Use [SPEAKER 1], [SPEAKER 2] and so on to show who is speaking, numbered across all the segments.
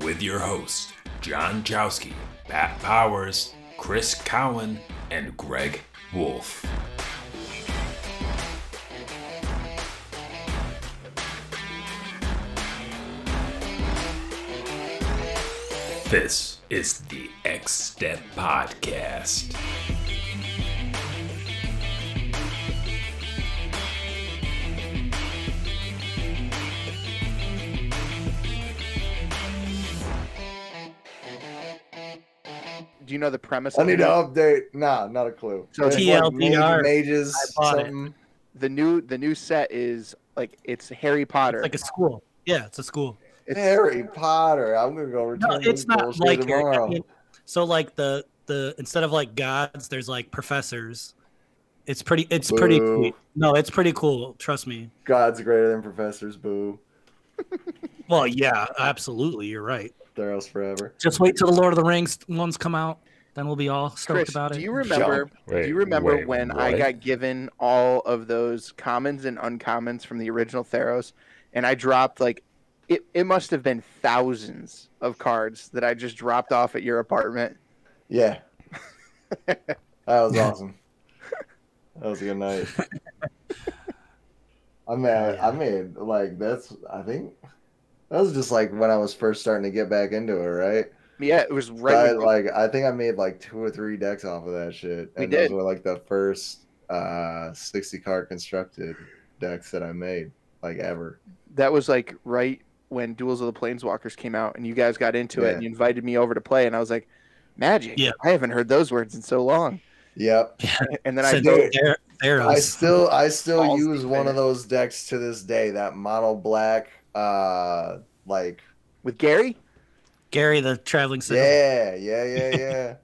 [SPEAKER 1] with your hosts, John Chowsky, Pat Powers, Chris Cowan, and Greg Wolf. This is the X Step Podcast.
[SPEAKER 2] Do you know the premise?
[SPEAKER 3] I
[SPEAKER 2] of
[SPEAKER 3] need
[SPEAKER 2] it?
[SPEAKER 3] to update. Nah, not a clue.
[SPEAKER 2] So
[SPEAKER 3] It's
[SPEAKER 4] TLDR,
[SPEAKER 3] like mage- mages.
[SPEAKER 4] I bought it.
[SPEAKER 3] something.
[SPEAKER 2] The new the new set is like it's Harry Potter.
[SPEAKER 4] It's like a school. Yeah, it's a school.
[SPEAKER 2] It's-
[SPEAKER 3] Harry Potter. I'm gonna go
[SPEAKER 4] No,
[SPEAKER 3] return
[SPEAKER 4] it's
[SPEAKER 3] this
[SPEAKER 4] not
[SPEAKER 3] bullshit
[SPEAKER 4] like Harry-
[SPEAKER 3] tomorrow.
[SPEAKER 4] I mean, so like the the instead of like gods, there's like professors. It's pretty. It's pretty.
[SPEAKER 3] Boo.
[SPEAKER 4] Cool. No, it's pretty cool. Trust me.
[SPEAKER 3] God's greater than professors. Boo.
[SPEAKER 4] Well, yeah, absolutely. You're right.
[SPEAKER 3] Theros forever.
[SPEAKER 4] Just wait till the Lord of the Rings ones come out. Then we'll be all stoked
[SPEAKER 2] Chris,
[SPEAKER 4] about it.
[SPEAKER 2] do you remember?
[SPEAKER 1] Wait,
[SPEAKER 2] do you remember
[SPEAKER 1] wait,
[SPEAKER 2] when I
[SPEAKER 1] what?
[SPEAKER 2] got given all of those commons and uncommons from the original Theros, and I dropped like it? It must have been thousands of cards that I just dropped off at your apartment.
[SPEAKER 3] Yeah. that was awesome. That was a good night. I mean, I, I mean, like that's. I think that was just like when I was first starting to get back into it, right?
[SPEAKER 2] Yeah, it was right.
[SPEAKER 3] I,
[SPEAKER 2] when-
[SPEAKER 3] like I think I made like two or three decks off of that shit.
[SPEAKER 2] We
[SPEAKER 3] And
[SPEAKER 2] did.
[SPEAKER 3] those were like the first uh sixty card constructed decks that I made, like ever.
[SPEAKER 2] that was like right when Duels of the Planeswalkers came out, and you guys got into it,
[SPEAKER 3] Yeah.
[SPEAKER 2] and you invited me over to play, and I was like, "Magic!
[SPEAKER 4] Yeah.
[SPEAKER 2] I haven't heard those words in so long."
[SPEAKER 3] Yep.
[SPEAKER 2] And then I
[SPEAKER 4] Said
[SPEAKER 3] do
[SPEAKER 2] dove
[SPEAKER 3] it.
[SPEAKER 4] Ther- Theros.
[SPEAKER 3] I still I still
[SPEAKER 2] Balls
[SPEAKER 3] use
[SPEAKER 2] deep
[SPEAKER 3] one
[SPEAKER 2] in
[SPEAKER 3] of
[SPEAKER 2] it.
[SPEAKER 3] those decks to this day, that mono black uh like
[SPEAKER 2] with Gary.
[SPEAKER 4] Gary, the traveling singer.
[SPEAKER 3] yeah, yeah, yeah, yeah.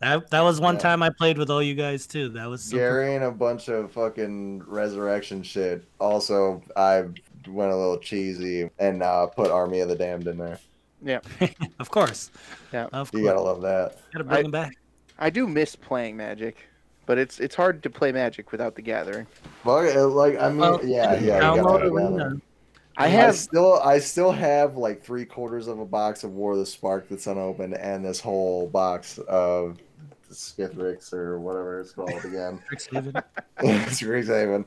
[SPEAKER 4] That that was one
[SPEAKER 3] Yeah.
[SPEAKER 4] time I played with all you guys too. That was super
[SPEAKER 3] Gary and a bunch of fucking resurrection shit. Also, I went a little cheesy and uh put Army of the Damned in there.
[SPEAKER 4] Of course.
[SPEAKER 2] Yeah.
[SPEAKER 4] Of
[SPEAKER 3] You
[SPEAKER 4] course.
[SPEAKER 3] gotta love that.
[SPEAKER 4] Gotta bring
[SPEAKER 2] I-
[SPEAKER 4] him back.
[SPEAKER 2] I do miss playing Magic, but it's it's hard to play Magic without the Gathering.
[SPEAKER 3] Fuck it, like I mean,
[SPEAKER 4] Well,
[SPEAKER 3] yeah, yeah. we gotta
[SPEAKER 4] Download
[SPEAKER 3] put it together.
[SPEAKER 4] Arena.
[SPEAKER 2] I
[SPEAKER 3] I
[SPEAKER 2] have
[SPEAKER 3] still, I still have like three quarters of a box of War of the Spark that's unopened, and this whole box of Skithrix or whatever it's called again.
[SPEAKER 4] Tricks even.
[SPEAKER 3] Strixhaven.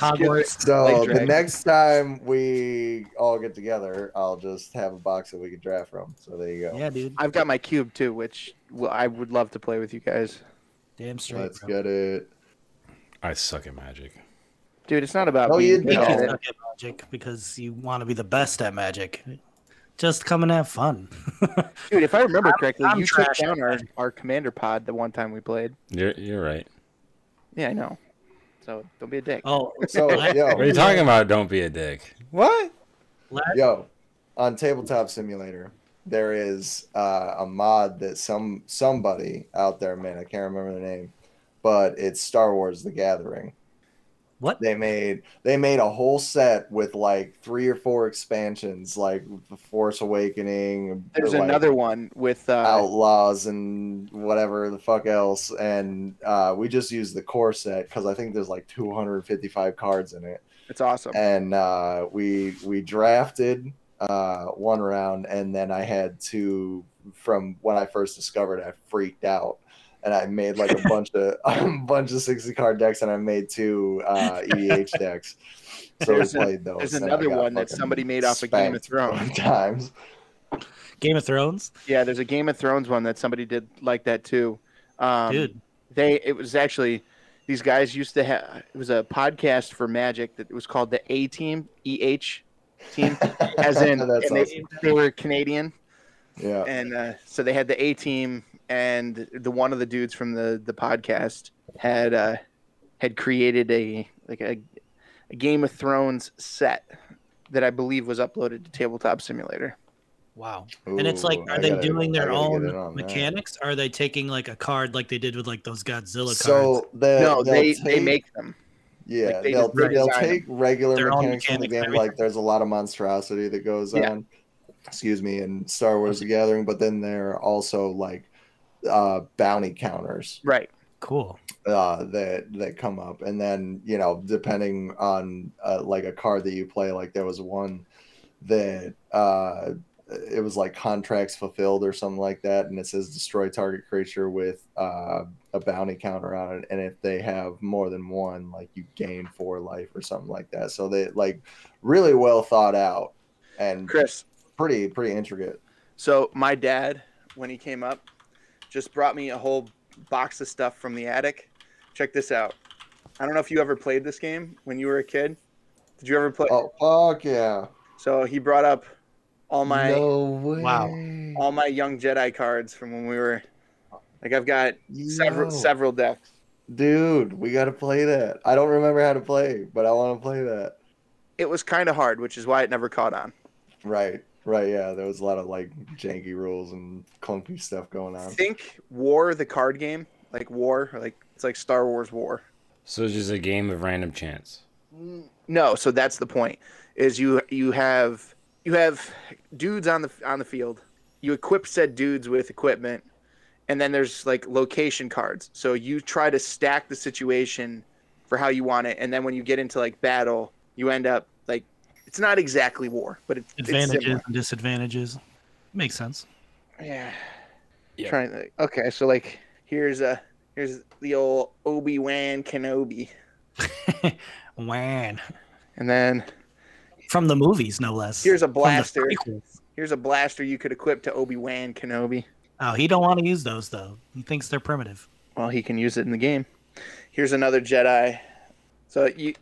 [SPEAKER 4] Hogwarts.
[SPEAKER 3] So
[SPEAKER 2] Like
[SPEAKER 3] the
[SPEAKER 2] dragons.
[SPEAKER 3] next time we all get together, I'll just have a box that we can draft from. So there you go.
[SPEAKER 4] Yeah, dude.
[SPEAKER 2] I've got my cube too, which well, I would love to play with you guys,
[SPEAKER 4] Damn straight.
[SPEAKER 3] Let's
[SPEAKER 4] bro.
[SPEAKER 3] get it.
[SPEAKER 1] I suck at magic.
[SPEAKER 2] dude. It's not about
[SPEAKER 3] No,
[SPEAKER 2] being
[SPEAKER 3] you
[SPEAKER 2] good at
[SPEAKER 4] Because
[SPEAKER 2] it.
[SPEAKER 3] don't.
[SPEAKER 4] Oh, you suck at magic because you want to be the best at magic. Just come and have fun.
[SPEAKER 2] dude. If I remember correctly,
[SPEAKER 4] I'm
[SPEAKER 2] you took
[SPEAKER 4] trash at
[SPEAKER 2] down our, our commander pod the one time we played.
[SPEAKER 1] You're, you're right.
[SPEAKER 2] Yeah, I know. So don't be a dick.
[SPEAKER 4] Oh,
[SPEAKER 3] So
[SPEAKER 1] What are you
[SPEAKER 3] yo,
[SPEAKER 1] talking about? Don't be a dick. What?
[SPEAKER 3] yo, on Tabletop Simulator, there is uh, a mod that some somebody out there made. I can't remember the name, but it's Star Wars: The Gathering.
[SPEAKER 4] what?
[SPEAKER 3] they made they made a whole set with like three or four expansions like the force awakening
[SPEAKER 2] There's
[SPEAKER 3] like,
[SPEAKER 2] another one with uh,
[SPEAKER 3] outlaws and whatever the fuck else and uh, we just used the core set because i think there's like 255 cards in it
[SPEAKER 2] it's awesome.
[SPEAKER 3] and uh, we we drafted uh, one round and then i had two from when i first discovered it, i freaked out and i made like a bunch of a bunch of 60 card decks and i made two uh, edh decks so
[SPEAKER 2] There's
[SPEAKER 3] we
[SPEAKER 2] a-
[SPEAKER 3] played those
[SPEAKER 2] There's
[SPEAKER 3] and I
[SPEAKER 2] another
[SPEAKER 3] got
[SPEAKER 2] one that
[SPEAKER 3] fucking
[SPEAKER 2] somebody made off a Game of
[SPEAKER 3] spanked
[SPEAKER 2] Thrones.
[SPEAKER 3] times
[SPEAKER 4] Game of Thrones?
[SPEAKER 2] Yeah, there's a Game of Thrones one that somebody did like that too. Um,
[SPEAKER 4] Dude.
[SPEAKER 2] they it was actually these guys used to have it was a podcast for Magic that was called the A Team E H team, as in and
[SPEAKER 3] That's
[SPEAKER 2] they,
[SPEAKER 3] awesome.
[SPEAKER 2] they were Canadian,
[SPEAKER 3] yeah
[SPEAKER 2] and uh, so they had the A Team, and the one of the dudes from the the podcast had uh, had created a like a, a Game of Thrones set that I believe was uploaded to Tabletop Simulator.
[SPEAKER 4] Wow. and it's like,
[SPEAKER 3] Ooh,
[SPEAKER 4] are
[SPEAKER 3] I
[SPEAKER 4] they
[SPEAKER 3] gotta-
[SPEAKER 4] doing
[SPEAKER 3] I
[SPEAKER 4] their
[SPEAKER 3] gotta get
[SPEAKER 4] own
[SPEAKER 3] in on that.
[SPEAKER 4] mechanics? Are they taking like a card like they did with like those Godzilla cards?
[SPEAKER 3] so the,
[SPEAKER 2] no,
[SPEAKER 3] they'll
[SPEAKER 2] they they
[SPEAKER 3] take-
[SPEAKER 2] make them.
[SPEAKER 3] Yeah,
[SPEAKER 2] Like, they
[SPEAKER 3] they'll,
[SPEAKER 2] just
[SPEAKER 3] they'll
[SPEAKER 2] redesign
[SPEAKER 3] take regular
[SPEAKER 4] Their own
[SPEAKER 3] mechanics from the
[SPEAKER 4] mechanics,
[SPEAKER 3] game.
[SPEAKER 4] everything.
[SPEAKER 3] Like, there's a lot of monstrosity that goes
[SPEAKER 2] Yeah. Mm-hmm.
[SPEAKER 3] on. Excuse me, in Star Wars: The Gathering, but then there are also like uh, bounty counters
[SPEAKER 2] Right.
[SPEAKER 4] cool.
[SPEAKER 3] uh, that that come up, and then you know, depending on uh, like a card that you play, like there was one that uh, it was like contracts fulfilled or something like that, and it says destroy target creature with uh, a bounty counter on it, and if they have more than one, like you gain four life or something like that. So they like really well thought out and
[SPEAKER 2] Chris,
[SPEAKER 3] pretty pretty intricate.
[SPEAKER 2] So my dad, when he came up, just brought me a whole box of stuff from the attic. Check this out. I don't know if you ever played this game when you were a kid. Did you ever play?
[SPEAKER 3] Oh fuck yeah!
[SPEAKER 2] So he brought up all my
[SPEAKER 3] no way.
[SPEAKER 4] Wow.
[SPEAKER 2] all my young Jedi cards from when we were like I've got several
[SPEAKER 3] Yo.
[SPEAKER 2] several decks.
[SPEAKER 3] Dude, we gotta play that. I don't remember how to play, but I want to play that.
[SPEAKER 2] It was kind of hard, which is why it never caught on.
[SPEAKER 3] Right, right, yeah. There was a lot of like janky rules and clunky stuff going on.
[SPEAKER 2] Think War, the card game, like War, or like it's like Star Wars War.
[SPEAKER 5] So it's just a game of random chance.
[SPEAKER 2] No, so that's the point. Is you you have you have dudes on the on the field. You equip said dudes with equipment, and then there's like location cards. So you try to stack the situation for how you want it, and then when you get into like battle, you end up like it's not exactly war, but it's it's
[SPEAKER 4] Advantages
[SPEAKER 2] similar.
[SPEAKER 4] and disadvantages. Makes sense.
[SPEAKER 2] yeah.
[SPEAKER 5] Yeah.
[SPEAKER 2] Trying to, okay, so like here's a here's the old Obi Wan Kenobi,
[SPEAKER 4] Wan.
[SPEAKER 2] and then
[SPEAKER 4] From the movies, no less.
[SPEAKER 2] Here's a
[SPEAKER 4] From the
[SPEAKER 2] blaster.
[SPEAKER 4] prequels.
[SPEAKER 2] here's a blaster you could equip to Obi Wan Kenobi.
[SPEAKER 4] Oh, he don't want to use those though. He thinks they're primitive.
[SPEAKER 2] well he can use it in the game here's another jedi so you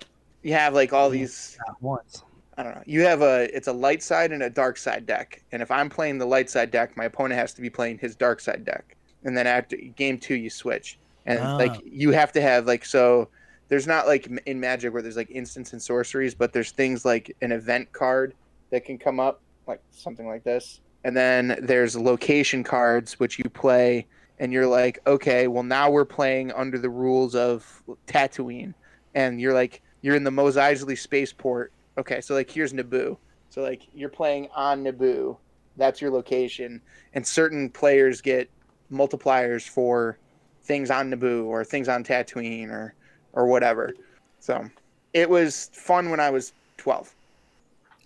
[SPEAKER 2] you have like all these
[SPEAKER 4] Not once.
[SPEAKER 2] i don't know you have a it's a light side and a dark side deck and if i'm playing the light side deck my opponent has to be playing his dark side deck and then after game two you switch and
[SPEAKER 4] Ah.
[SPEAKER 2] like you have to have like so there's not like m- in magic where there's like instants and sorceries but there's things like an event card that can come up like something like this and then there's location cards which you play and you're like, okay, well now we're playing under the rules of Tatooine, and you're like, you're in the Mos Eisley spaceport. Okay, so like here's Naboo. So like you're playing on Naboo. That's your location, and certain players get multipliers for things on Naboo or things on Tatooine or or whatever. So it was fun when I was 12.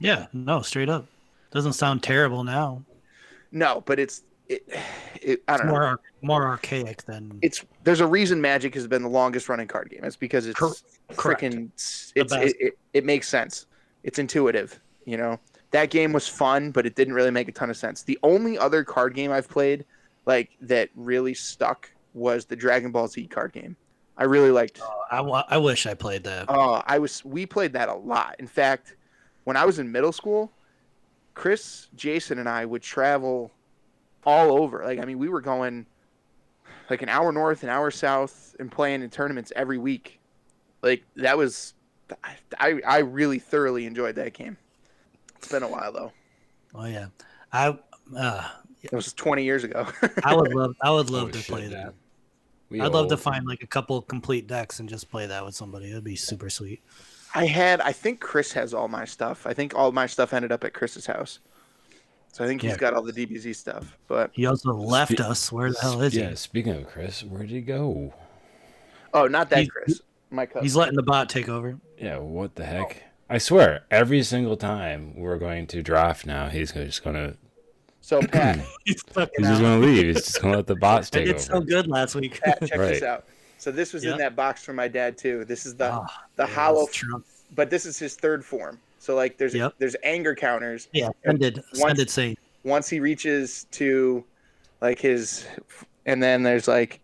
[SPEAKER 4] Yeah, no, straight up. Doesn't sound terrible now.
[SPEAKER 2] No, but it's it, it I
[SPEAKER 4] It's
[SPEAKER 2] don't know.
[SPEAKER 4] more ar- more archaic than
[SPEAKER 2] it's there's a reason Magic has been the longest running card game. It's because it's
[SPEAKER 4] Cor- correct.
[SPEAKER 2] freaking it's
[SPEAKER 4] best.
[SPEAKER 2] it, it, it makes sense. It's intuitive, you know. That game was fun, but it didn't really make a ton of sense. The only other card game I've played like that really stuck was the Dragon Ball Z card game. I really liked.
[SPEAKER 4] I, wa- I wish I played that.
[SPEAKER 2] Oh, I was we played that a lot. In fact, when I was in middle school, Chris, Jason, and I would travel all over. Like I mean, we were going like an hour north, an hour south, and playing in tournaments every week. Like that was, I I really thoroughly enjoyed that game. It's been a while though.
[SPEAKER 4] Oh yeah. I uh,
[SPEAKER 2] It was 20 years ago.
[SPEAKER 4] I would love I would love
[SPEAKER 5] Holy
[SPEAKER 4] to
[SPEAKER 5] Oh, shit,
[SPEAKER 4] play
[SPEAKER 5] dude.
[SPEAKER 4] that.
[SPEAKER 5] We
[SPEAKER 4] I'd love to
[SPEAKER 5] old.
[SPEAKER 4] find like a couple complete decks and just play that with somebody. That'd be super sweet.
[SPEAKER 2] I had I think Chris has all my stuff. I think all my stuff ended up at Chris's house. So I think he's
[SPEAKER 4] Yeah.
[SPEAKER 2] got all the DBZ stuff, but
[SPEAKER 4] He also left
[SPEAKER 5] Spe-
[SPEAKER 4] us. Where the hell is
[SPEAKER 5] Yeah, speaking of Chris, where did he go?
[SPEAKER 2] Oh, not that
[SPEAKER 4] He's-
[SPEAKER 2] Chris. My
[SPEAKER 4] he?
[SPEAKER 2] cousin.
[SPEAKER 4] He's letting the bot take over.
[SPEAKER 5] Yeah, what the heck? I swear, every single time we're going to draft now, he's gonna- just gonna
[SPEAKER 2] so Pat,
[SPEAKER 4] He's
[SPEAKER 5] he's just gonna leave. He's just gonna let the bots
[SPEAKER 4] I
[SPEAKER 5] take over.
[SPEAKER 4] did so good last week.
[SPEAKER 2] Pat, check this
[SPEAKER 5] Right.
[SPEAKER 2] out. So this was
[SPEAKER 4] Yeah.
[SPEAKER 2] in that box for my dad too. This is the
[SPEAKER 4] Ah,
[SPEAKER 2] the
[SPEAKER 4] yeah,
[SPEAKER 2] hollow,
[SPEAKER 4] that's Trump.
[SPEAKER 2] but this is his third form. So like there's
[SPEAKER 4] Yep.
[SPEAKER 2] there's anger counters.
[SPEAKER 4] Yeah, sended
[SPEAKER 2] Once-
[SPEAKER 4] sended say
[SPEAKER 2] Once he reaches to like his, and then there's like,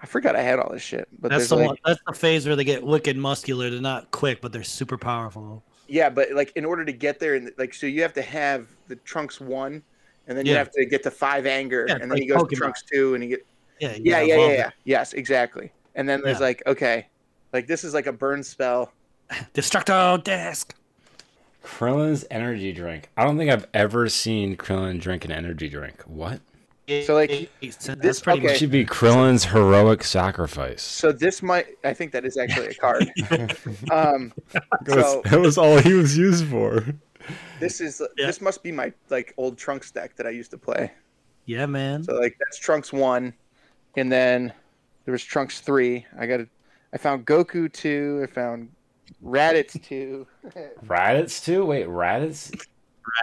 [SPEAKER 2] I forgot I had all this shit. But
[SPEAKER 4] that's
[SPEAKER 2] there's
[SPEAKER 4] the
[SPEAKER 2] like,
[SPEAKER 4] one, that's the phase where they get wicked muscular. They're not quick, but they're super powerful.
[SPEAKER 2] yeah, but like in order to get there, and like so you have to have the trunks one, and then you
[SPEAKER 4] Yeah.
[SPEAKER 2] have to get to five anger,
[SPEAKER 4] Yeah, it's
[SPEAKER 2] and then
[SPEAKER 4] like
[SPEAKER 2] he goes to
[SPEAKER 4] Pokemon.
[SPEAKER 2] trunks two, and he get
[SPEAKER 4] Yeah,
[SPEAKER 2] yeah
[SPEAKER 4] you gotta
[SPEAKER 2] yeah yeah,
[SPEAKER 4] evolve
[SPEAKER 2] yeah, yes exactly. And then there's
[SPEAKER 4] Yeah.
[SPEAKER 2] like okay, like this is like a burn spell.
[SPEAKER 4] them. Destructo disc.
[SPEAKER 5] Krillin's energy drink. I don't think I've ever seen Krillin drink an energy drink. What?
[SPEAKER 2] So, like,
[SPEAKER 4] that's
[SPEAKER 2] this-
[SPEAKER 4] pretty
[SPEAKER 5] It
[SPEAKER 2] okay.
[SPEAKER 5] should be Krillin's heroic sacrifice.
[SPEAKER 2] So this might I think that is actually a card. um
[SPEAKER 5] That was,
[SPEAKER 2] so-
[SPEAKER 5] that was all he was used for.
[SPEAKER 2] this is
[SPEAKER 4] Yeah.
[SPEAKER 2] this must be my like old Trunks deck that I used to play.
[SPEAKER 4] Yeah, man.
[SPEAKER 2] So like that's Trunks 1 and then there was Trunks 3. I got a, I found Goku 2, I found Raditz 2.
[SPEAKER 5] Raditz too? Wait, Raditz?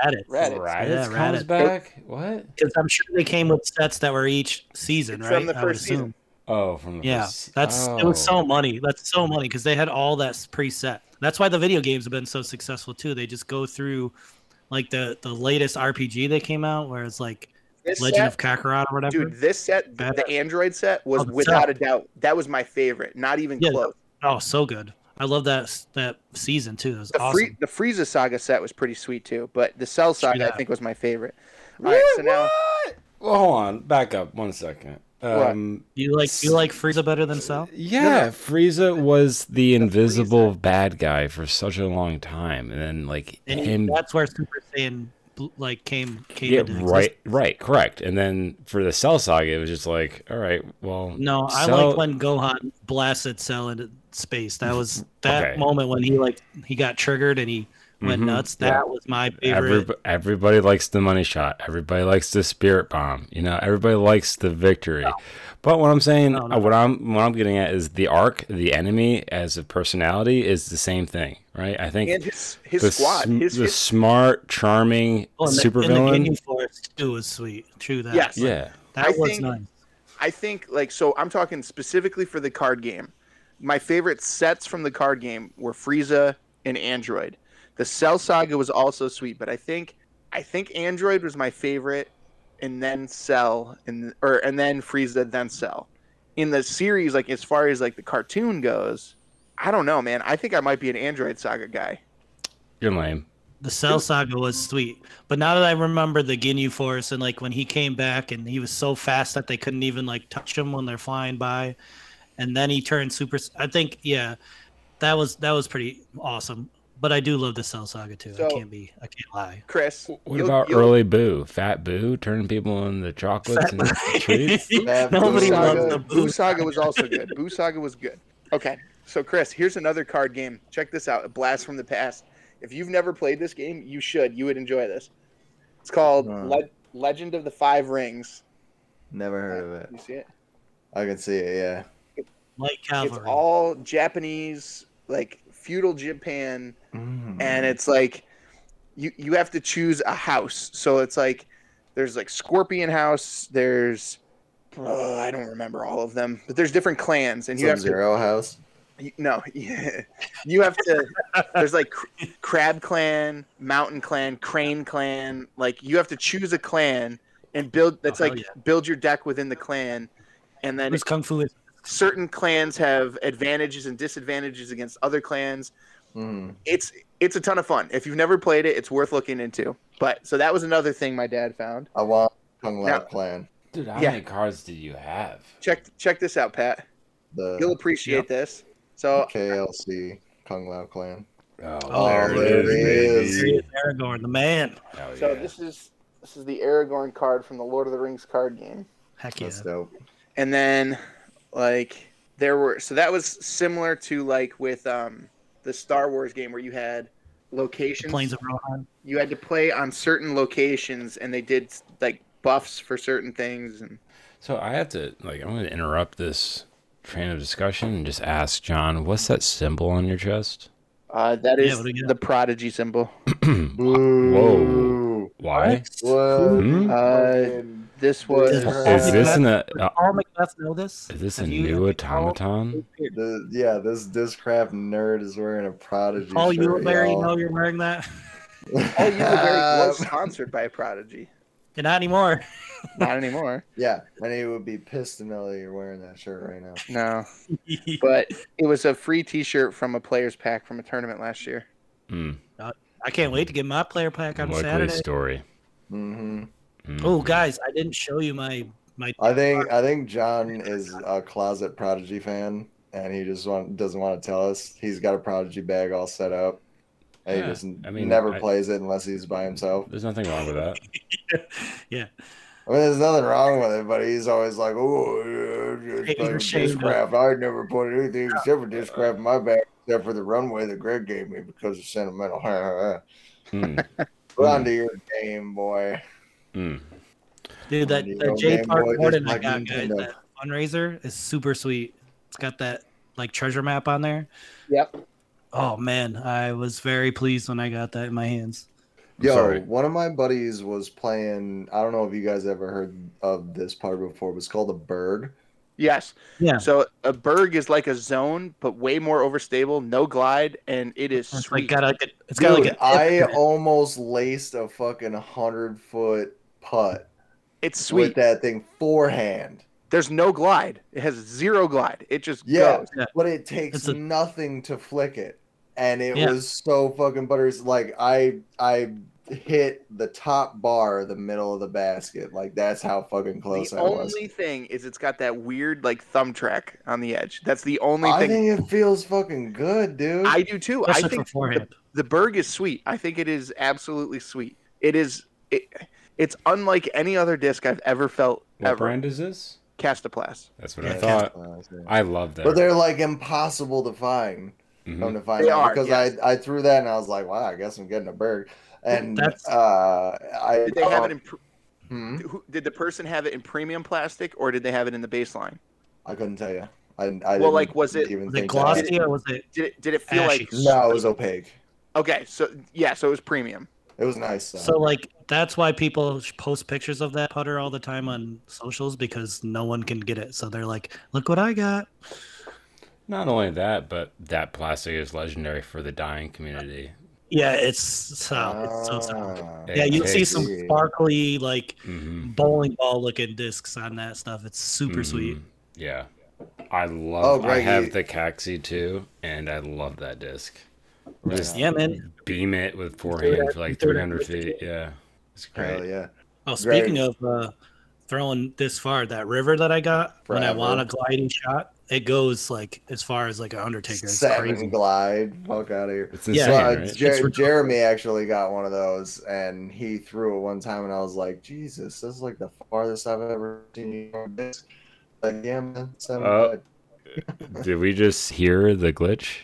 [SPEAKER 4] Raditz.
[SPEAKER 2] Raditz.
[SPEAKER 5] Raditz
[SPEAKER 4] Yeah,
[SPEAKER 5] comes
[SPEAKER 4] Raditz.
[SPEAKER 5] back. What?
[SPEAKER 4] Because I'm sure they came with sets that were each season,
[SPEAKER 2] It's
[SPEAKER 4] right?
[SPEAKER 2] from the
[SPEAKER 4] I would
[SPEAKER 2] first season.
[SPEAKER 4] assume.
[SPEAKER 5] Oh, from the
[SPEAKER 4] Yeah,
[SPEAKER 5] first-
[SPEAKER 4] that's it was so
[SPEAKER 5] oh.
[SPEAKER 4] money. That's so money because they had all that s- preset. That's why the video games have been so successful too. They just go through like the the latest RPG that came out, where it's like
[SPEAKER 2] This set,
[SPEAKER 4] Legend of Kakarot or whatever.
[SPEAKER 2] dude, this set, the,
[SPEAKER 4] Better.
[SPEAKER 2] the Android set, was
[SPEAKER 4] Oh, the
[SPEAKER 2] without
[SPEAKER 4] set.
[SPEAKER 2] a doubt that was my favorite. Not even
[SPEAKER 4] Yeah,
[SPEAKER 2] close.
[SPEAKER 4] oh, so good. I love that s- that season too. It was
[SPEAKER 2] The
[SPEAKER 4] awesome.
[SPEAKER 2] free the Frieza saga set was pretty sweet too, but the Cell saga
[SPEAKER 4] that.
[SPEAKER 2] I think was my favorite. All right, so now
[SPEAKER 5] Well, hold on. Back up one second. Um,
[SPEAKER 4] you like you like Frieza better than Cell?
[SPEAKER 5] Yeah,
[SPEAKER 2] No, no.
[SPEAKER 5] Frieza was the invisible bad guy for such a long time, and then like
[SPEAKER 4] And
[SPEAKER 5] him.
[SPEAKER 4] that's where Super Saiyan bl- like came came
[SPEAKER 5] Yeah,
[SPEAKER 4] into existence.
[SPEAKER 5] right, right, correct. And then for the Cell Saga, it was just like, all right, well,
[SPEAKER 4] No, I
[SPEAKER 5] Cell-
[SPEAKER 4] like when Gohan blasted Cell into space. That was that
[SPEAKER 5] Okay.
[SPEAKER 4] moment when he like he got triggered and he went
[SPEAKER 5] Mhm,
[SPEAKER 4] nuts.
[SPEAKER 5] yeah.
[SPEAKER 4] That was my favorite.
[SPEAKER 5] Everybody, everybody likes the money shot. Everybody likes the spirit bomb. You know, everybody likes the victory. But what I'm saying,
[SPEAKER 4] No, no.
[SPEAKER 5] uh, what I'm what I'm getting at is the arc, the enemy as a personality is the same thing, right? I think
[SPEAKER 2] and his his
[SPEAKER 5] the,
[SPEAKER 2] squad,
[SPEAKER 5] sm-
[SPEAKER 2] his,
[SPEAKER 5] the
[SPEAKER 2] his
[SPEAKER 5] smart, charming
[SPEAKER 4] Oh, and the- and the
[SPEAKER 5] supervillain.
[SPEAKER 4] Ginyu Forest too was sweet. True that.
[SPEAKER 2] Yes.
[SPEAKER 5] yeah,
[SPEAKER 4] that
[SPEAKER 2] I
[SPEAKER 4] was
[SPEAKER 2] think-
[SPEAKER 4] nice.
[SPEAKER 2] I think like so I'm talking specifically for the card game. My favorite sets from the card game were Frieza and Android. The Cell Saga was also sweet, but I think I think Android was my favorite and then Cell and or and then Frieza then Cell. In the series like as far as like the cartoon goes, I don't know, man. I think I might be an Android Saga guy.
[SPEAKER 5] you're lame.
[SPEAKER 4] The Cell Saga was sweet, but now that I remember the Ginyu Forest and like when he came back and he was so fast that they couldn't even like touch him when they're flying by, and then he turned super. I think yeah, that was that was pretty awesome. But I do love the Cell Saga too. I
[SPEAKER 2] So-
[SPEAKER 4] can't be I can't lie.
[SPEAKER 2] Chris,
[SPEAKER 5] What
[SPEAKER 2] you'll-
[SPEAKER 5] about
[SPEAKER 2] you'll-
[SPEAKER 5] early Boo, Fat Boo, turning people into chocolates and treats?
[SPEAKER 3] Yeah,
[SPEAKER 4] Nobody
[SPEAKER 3] Boo
[SPEAKER 4] loves
[SPEAKER 3] Saga-
[SPEAKER 4] the
[SPEAKER 2] Boo
[SPEAKER 4] Boo
[SPEAKER 2] Saga was also good. Boo Saga was good. Okay, so Chris, here's another card game. Check this out: A Blast from the Past. If you've never played this game, you should. You would enjoy this. It's called
[SPEAKER 3] Hmm.
[SPEAKER 2] Le- Legend of the Five Rings.
[SPEAKER 3] Never heard of it.
[SPEAKER 2] You see it?
[SPEAKER 3] I can see it. Yeah.
[SPEAKER 4] Light
[SPEAKER 2] It's
[SPEAKER 4] Cavalry.
[SPEAKER 2] all Japanese, like feudal Japan.
[SPEAKER 3] Mm.
[SPEAKER 2] and it's like you you have to choose a house. So it's like there's like Scorpion House, there's uh, I don't remember all of them, but there's different clans, and you have to
[SPEAKER 3] Zero House.
[SPEAKER 2] you, no, you have to. There's like Cr- Crab Clan, Mountain Clan, Crane Clan. Like you have to choose a clan and build. That's
[SPEAKER 4] Oh, hell
[SPEAKER 2] like
[SPEAKER 4] yeah.
[SPEAKER 2] build your deck within the clan, and then
[SPEAKER 4] Who's Kung Fu is
[SPEAKER 2] certain clans have advantages and disadvantages against other clans
[SPEAKER 3] Mm.
[SPEAKER 2] it's it's a ton of fun. If you've never played it, it's worth looking into. But so that was another thing my dad found.
[SPEAKER 3] I want Kung Lao
[SPEAKER 2] Now-
[SPEAKER 3] Clan.
[SPEAKER 5] Dude, how
[SPEAKER 2] Yeah.
[SPEAKER 5] many cards did you have?
[SPEAKER 2] Check check this out, Pat. You'll
[SPEAKER 3] The
[SPEAKER 2] appreciate
[SPEAKER 4] Yep.
[SPEAKER 2] this. So
[SPEAKER 3] KLC Kung Lao Clan.
[SPEAKER 5] Oh,
[SPEAKER 4] Oh, there
[SPEAKER 5] it
[SPEAKER 4] it
[SPEAKER 3] is.
[SPEAKER 5] baby.
[SPEAKER 4] there he is, Aragorn, the man.
[SPEAKER 5] Oh,
[SPEAKER 2] so
[SPEAKER 5] yeah.
[SPEAKER 2] this is this is the Aragorn card from the Lord of the Rings card game.
[SPEAKER 4] Heck yeah.
[SPEAKER 3] That's dope.
[SPEAKER 2] And then like there were so that was similar to like with um the Star Wars game where you had locations
[SPEAKER 4] Plains of Rohan.
[SPEAKER 2] you had to play on certain locations and they did like buffs for certain things and
[SPEAKER 5] So I have to like I'm going to interrupt this train of discussion and just ask John, what's that symbol on your chest?
[SPEAKER 2] uh, that
[SPEAKER 4] Yeah,
[SPEAKER 2] is
[SPEAKER 4] what do you got?
[SPEAKER 2] the prodigy symbol.
[SPEAKER 5] Whoa. Why?
[SPEAKER 3] What?
[SPEAKER 5] Hmm?
[SPEAKER 2] Uh, this was
[SPEAKER 5] Is this an uh,
[SPEAKER 4] Does Paul Macbeth know this?
[SPEAKER 5] is this a
[SPEAKER 4] Have you-
[SPEAKER 5] new
[SPEAKER 4] have you- Paul-
[SPEAKER 5] automaton?
[SPEAKER 3] The- yeah, this this crap nerd is wearing a prodigy.
[SPEAKER 4] Paul
[SPEAKER 3] shirt,
[SPEAKER 4] Ulibarri, you
[SPEAKER 3] y'all.
[SPEAKER 4] know you're wearing that?
[SPEAKER 2] Oh, you were very
[SPEAKER 3] Um,
[SPEAKER 2] was sponsored by Prodigy.
[SPEAKER 4] Yeah, Not anymore.
[SPEAKER 2] Not anymore.
[SPEAKER 3] Yeah, and he would be pissed to know that you're wearing that shirt right now.
[SPEAKER 2] No. But it was a free T-shirt from a players pack from a tournament last year.
[SPEAKER 5] Mm,
[SPEAKER 4] I can't wait to get my player pack on
[SPEAKER 5] likely
[SPEAKER 4] Saturday.
[SPEAKER 5] story.
[SPEAKER 3] hmm
[SPEAKER 5] Mm.
[SPEAKER 4] Oh, guys, I didn't show you my my.
[SPEAKER 3] I think I think John is a closet prodigy fan, and he just want, doesn't want to tell us. He's got a prodigy bag all set up, and
[SPEAKER 5] Yeah,
[SPEAKER 3] he just
[SPEAKER 5] I mean,
[SPEAKER 3] never
[SPEAKER 5] I-
[SPEAKER 3] plays it unless he's by himself.
[SPEAKER 5] There's nothing wrong with that.
[SPEAKER 4] yeah,
[SPEAKER 3] I mean, there's nothing wrong with it, but he's always like, "Oh, yeah, just
[SPEAKER 4] Hey,
[SPEAKER 3] playing
[SPEAKER 4] you're
[SPEAKER 3] with
[SPEAKER 4] shaved
[SPEAKER 3] this
[SPEAKER 4] up.
[SPEAKER 3] crap. I never put anything except for this crap in my bag, except for the runway that Greg gave me because it's sentimental."
[SPEAKER 5] Mm,
[SPEAKER 3] Put onto your game, boy.
[SPEAKER 5] mm.
[SPEAKER 4] dude, that,
[SPEAKER 3] Yo,
[SPEAKER 4] that J
[SPEAKER 3] Game
[SPEAKER 4] Park
[SPEAKER 3] Boy, this
[SPEAKER 4] Warden I
[SPEAKER 3] might be
[SPEAKER 4] got, guys,
[SPEAKER 3] Nintendo.
[SPEAKER 4] that fundraiser is super sweet. It's got that like treasure map on there.
[SPEAKER 2] Yep.
[SPEAKER 4] Oh man, I was very pleased when I got that in my hands.
[SPEAKER 5] I'm
[SPEAKER 3] Yo,
[SPEAKER 5] sorry.
[SPEAKER 3] one of my buddies was playing. I don't know if you guys ever heard of this part before. But it's called a bird.
[SPEAKER 2] Yes.
[SPEAKER 4] Yeah.
[SPEAKER 2] So a berg is like a zone, but way more overstable, no glide, and it is
[SPEAKER 4] It's
[SPEAKER 2] sweet.
[SPEAKER 4] like got like a, it's got
[SPEAKER 3] Dude,
[SPEAKER 4] like a
[SPEAKER 3] I almost laced a fucking hundred foot putt
[SPEAKER 2] it's
[SPEAKER 3] with
[SPEAKER 2] sweet.
[SPEAKER 3] that thing forehand,
[SPEAKER 2] There's no glide. It has zero glide. It just
[SPEAKER 3] Yeah.
[SPEAKER 2] goes.
[SPEAKER 3] but it takes
[SPEAKER 4] It's a-
[SPEAKER 3] nothing to flick it, and it
[SPEAKER 4] Yeah.
[SPEAKER 3] was so fucking butters. Like I, I hit the top bar, the middle of the basket. Like that's how fucking close
[SPEAKER 2] the
[SPEAKER 3] I was.
[SPEAKER 2] only thing is it's got that weird like thumb track on the edge. That's the only
[SPEAKER 3] I
[SPEAKER 2] thing.
[SPEAKER 3] think it feels fucking good, dude.
[SPEAKER 2] I do too. I
[SPEAKER 4] especially
[SPEAKER 2] think
[SPEAKER 4] for forehand.
[SPEAKER 2] the Berg is sweet. I think it is absolutely sweet. It is it, it's unlike any other disc I've ever felt
[SPEAKER 5] What
[SPEAKER 2] ever.
[SPEAKER 5] brand is this?
[SPEAKER 2] Castoplast.
[SPEAKER 5] That's what
[SPEAKER 3] Yeah,
[SPEAKER 5] I thought.
[SPEAKER 3] that's what I was
[SPEAKER 5] I love that.
[SPEAKER 3] But they're like impossible to find.
[SPEAKER 5] Mhm.
[SPEAKER 3] Come to find
[SPEAKER 2] They
[SPEAKER 3] out
[SPEAKER 2] are,
[SPEAKER 3] because
[SPEAKER 2] yes.
[SPEAKER 3] I, I threw that and I was like, wow, I guess I'm getting a bird. And
[SPEAKER 4] That's-
[SPEAKER 3] uh, I
[SPEAKER 2] Did they have it in pr-
[SPEAKER 3] Hmm?
[SPEAKER 2] who, did the person have it in premium plastic or did they have it in the baseline?
[SPEAKER 3] I couldn't tell you. I, I
[SPEAKER 2] Well,
[SPEAKER 3] didn't
[SPEAKER 2] like, was it-
[SPEAKER 3] even
[SPEAKER 4] Was it
[SPEAKER 3] think about it.
[SPEAKER 4] glossy or was it
[SPEAKER 2] Did it did it feel like
[SPEAKER 4] ashy?
[SPEAKER 3] No, it was opaque.
[SPEAKER 2] okay, so yeah, so it was premium.
[SPEAKER 3] It was nice. Though.
[SPEAKER 4] So like that's why people sh- post pictures of that putter all the time on socials because no one can get it. So they're like, "Look what I got!"
[SPEAKER 5] Not only that, but that plastic is legendary for the dying community.
[SPEAKER 4] Yeah, it's solid. It's so solid.
[SPEAKER 3] Ah.
[SPEAKER 5] It
[SPEAKER 4] Yeah, you'll see
[SPEAKER 5] takes-
[SPEAKER 4] some
[SPEAKER 3] Yeah.
[SPEAKER 4] sparkly like
[SPEAKER 5] Mhm.
[SPEAKER 4] bowling ball looking discs on that stuff. It's super
[SPEAKER 5] Mhm.
[SPEAKER 4] sweet.
[SPEAKER 5] Yeah. I love
[SPEAKER 3] Oh, Greg,
[SPEAKER 5] I have
[SPEAKER 3] you-
[SPEAKER 5] the Caxi too, and I love that disc. Just
[SPEAKER 4] Yeah, man.
[SPEAKER 5] beam it with forehand for like
[SPEAKER 4] you threw it
[SPEAKER 5] 300
[SPEAKER 4] at me.
[SPEAKER 5] feet. Yeah. It's great.
[SPEAKER 3] Hell yeah.
[SPEAKER 4] Oh,
[SPEAKER 3] Great.
[SPEAKER 4] speaking of uh, throwing this far, that river that I got when I
[SPEAKER 3] Forever.
[SPEAKER 4] want a gliding shot, it goes like as far as like an Undertaker. It's
[SPEAKER 3] Satin
[SPEAKER 4] crazy.
[SPEAKER 3] glide. Fuck out of here.
[SPEAKER 5] It's
[SPEAKER 4] Yeah.
[SPEAKER 5] insane,
[SPEAKER 3] Well,
[SPEAKER 5] right?
[SPEAKER 3] Jer-
[SPEAKER 4] It's ridiculous.
[SPEAKER 3] Jeremy actually got one of those, and he threw it one time, and I was like, "Jesus, this is like the farthest I've ever seen you throw a disc." Like, yeah, man, seven
[SPEAKER 5] Uh,
[SPEAKER 3] foot.
[SPEAKER 5] Did we just hear the glitch?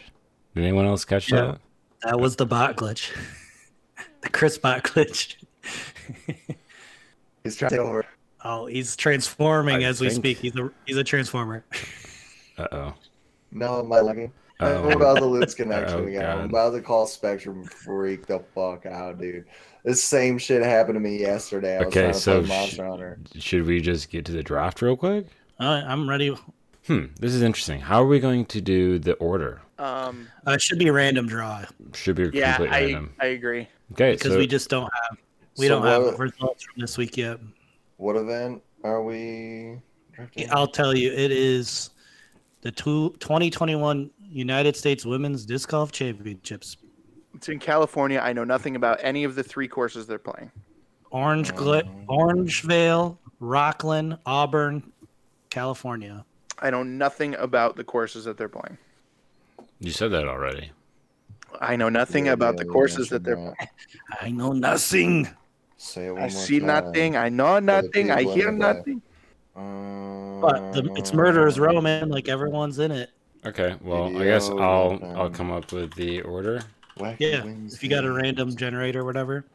[SPEAKER 5] Did anyone else catch
[SPEAKER 4] Yeah.
[SPEAKER 5] that?
[SPEAKER 4] That was the bot glitch, the Chris bot glitch.
[SPEAKER 3] He's trying to take over.
[SPEAKER 4] Oh, he's transforming
[SPEAKER 5] I
[SPEAKER 4] as we
[SPEAKER 5] think-
[SPEAKER 4] speak. He's a he's a transformer.
[SPEAKER 5] Uh oh.
[SPEAKER 3] No, my lugging. I'm
[SPEAKER 5] Oh,
[SPEAKER 3] about to lose connection
[SPEAKER 5] Oh,
[SPEAKER 3] again. I'm
[SPEAKER 5] God.
[SPEAKER 3] about to call Spectrum freak the fuck out, dude. This same shit happened to me yesterday. I was
[SPEAKER 5] Okay,
[SPEAKER 3] trying to
[SPEAKER 5] so
[SPEAKER 3] play
[SPEAKER 5] sh-
[SPEAKER 3] Monster Hunter.
[SPEAKER 5] should we just get to the draft real quick?
[SPEAKER 4] Uh, I'm ready.
[SPEAKER 5] Hmm, this is interesting. How are we going to do the order?
[SPEAKER 2] Um
[SPEAKER 4] Uh, it should be a random draw
[SPEAKER 5] Should be
[SPEAKER 2] yeah,
[SPEAKER 5] completely
[SPEAKER 2] I,
[SPEAKER 5] random.
[SPEAKER 2] I agree.
[SPEAKER 5] Okay,
[SPEAKER 4] because
[SPEAKER 5] so
[SPEAKER 4] we just don't have we
[SPEAKER 3] So
[SPEAKER 4] don't have
[SPEAKER 3] what-
[SPEAKER 4] the results from this week yet.
[SPEAKER 3] What event are we? drafting?
[SPEAKER 4] I'll tell you, it is the two, 2021 United States Women's Disc Golf Championships.
[SPEAKER 2] It's in California. I know nothing about any of the three courses they're playing.
[SPEAKER 3] Oh.
[SPEAKER 4] Orange Gl- Orangevale, Rockland, Auburn, California.
[SPEAKER 2] I know nothing about the courses that they're playing.
[SPEAKER 5] you said that already.
[SPEAKER 2] I know nothing
[SPEAKER 3] Yeah,
[SPEAKER 2] about
[SPEAKER 3] yeah,
[SPEAKER 2] the
[SPEAKER 3] we
[SPEAKER 2] courses that
[SPEAKER 3] mentioned
[SPEAKER 2] they're
[SPEAKER 3] that.
[SPEAKER 4] I know nothing.
[SPEAKER 3] Say it one
[SPEAKER 2] I
[SPEAKER 3] more
[SPEAKER 2] see
[SPEAKER 3] time.
[SPEAKER 2] nothing. I know nothing. I
[SPEAKER 3] people
[SPEAKER 2] hear
[SPEAKER 3] in the-
[SPEAKER 2] nothing.
[SPEAKER 4] But the,
[SPEAKER 3] Oh.
[SPEAKER 4] it's Murderers
[SPEAKER 3] Uh,
[SPEAKER 4] Row, man. Like everyone's in it.
[SPEAKER 5] Okay, well, I guess
[SPEAKER 3] Video,
[SPEAKER 5] I'll
[SPEAKER 3] um,
[SPEAKER 5] I'll come up with the order.
[SPEAKER 3] Wacky
[SPEAKER 4] Yeah.
[SPEAKER 3] wings
[SPEAKER 4] If you got a
[SPEAKER 3] and-
[SPEAKER 4] random generator, whatever,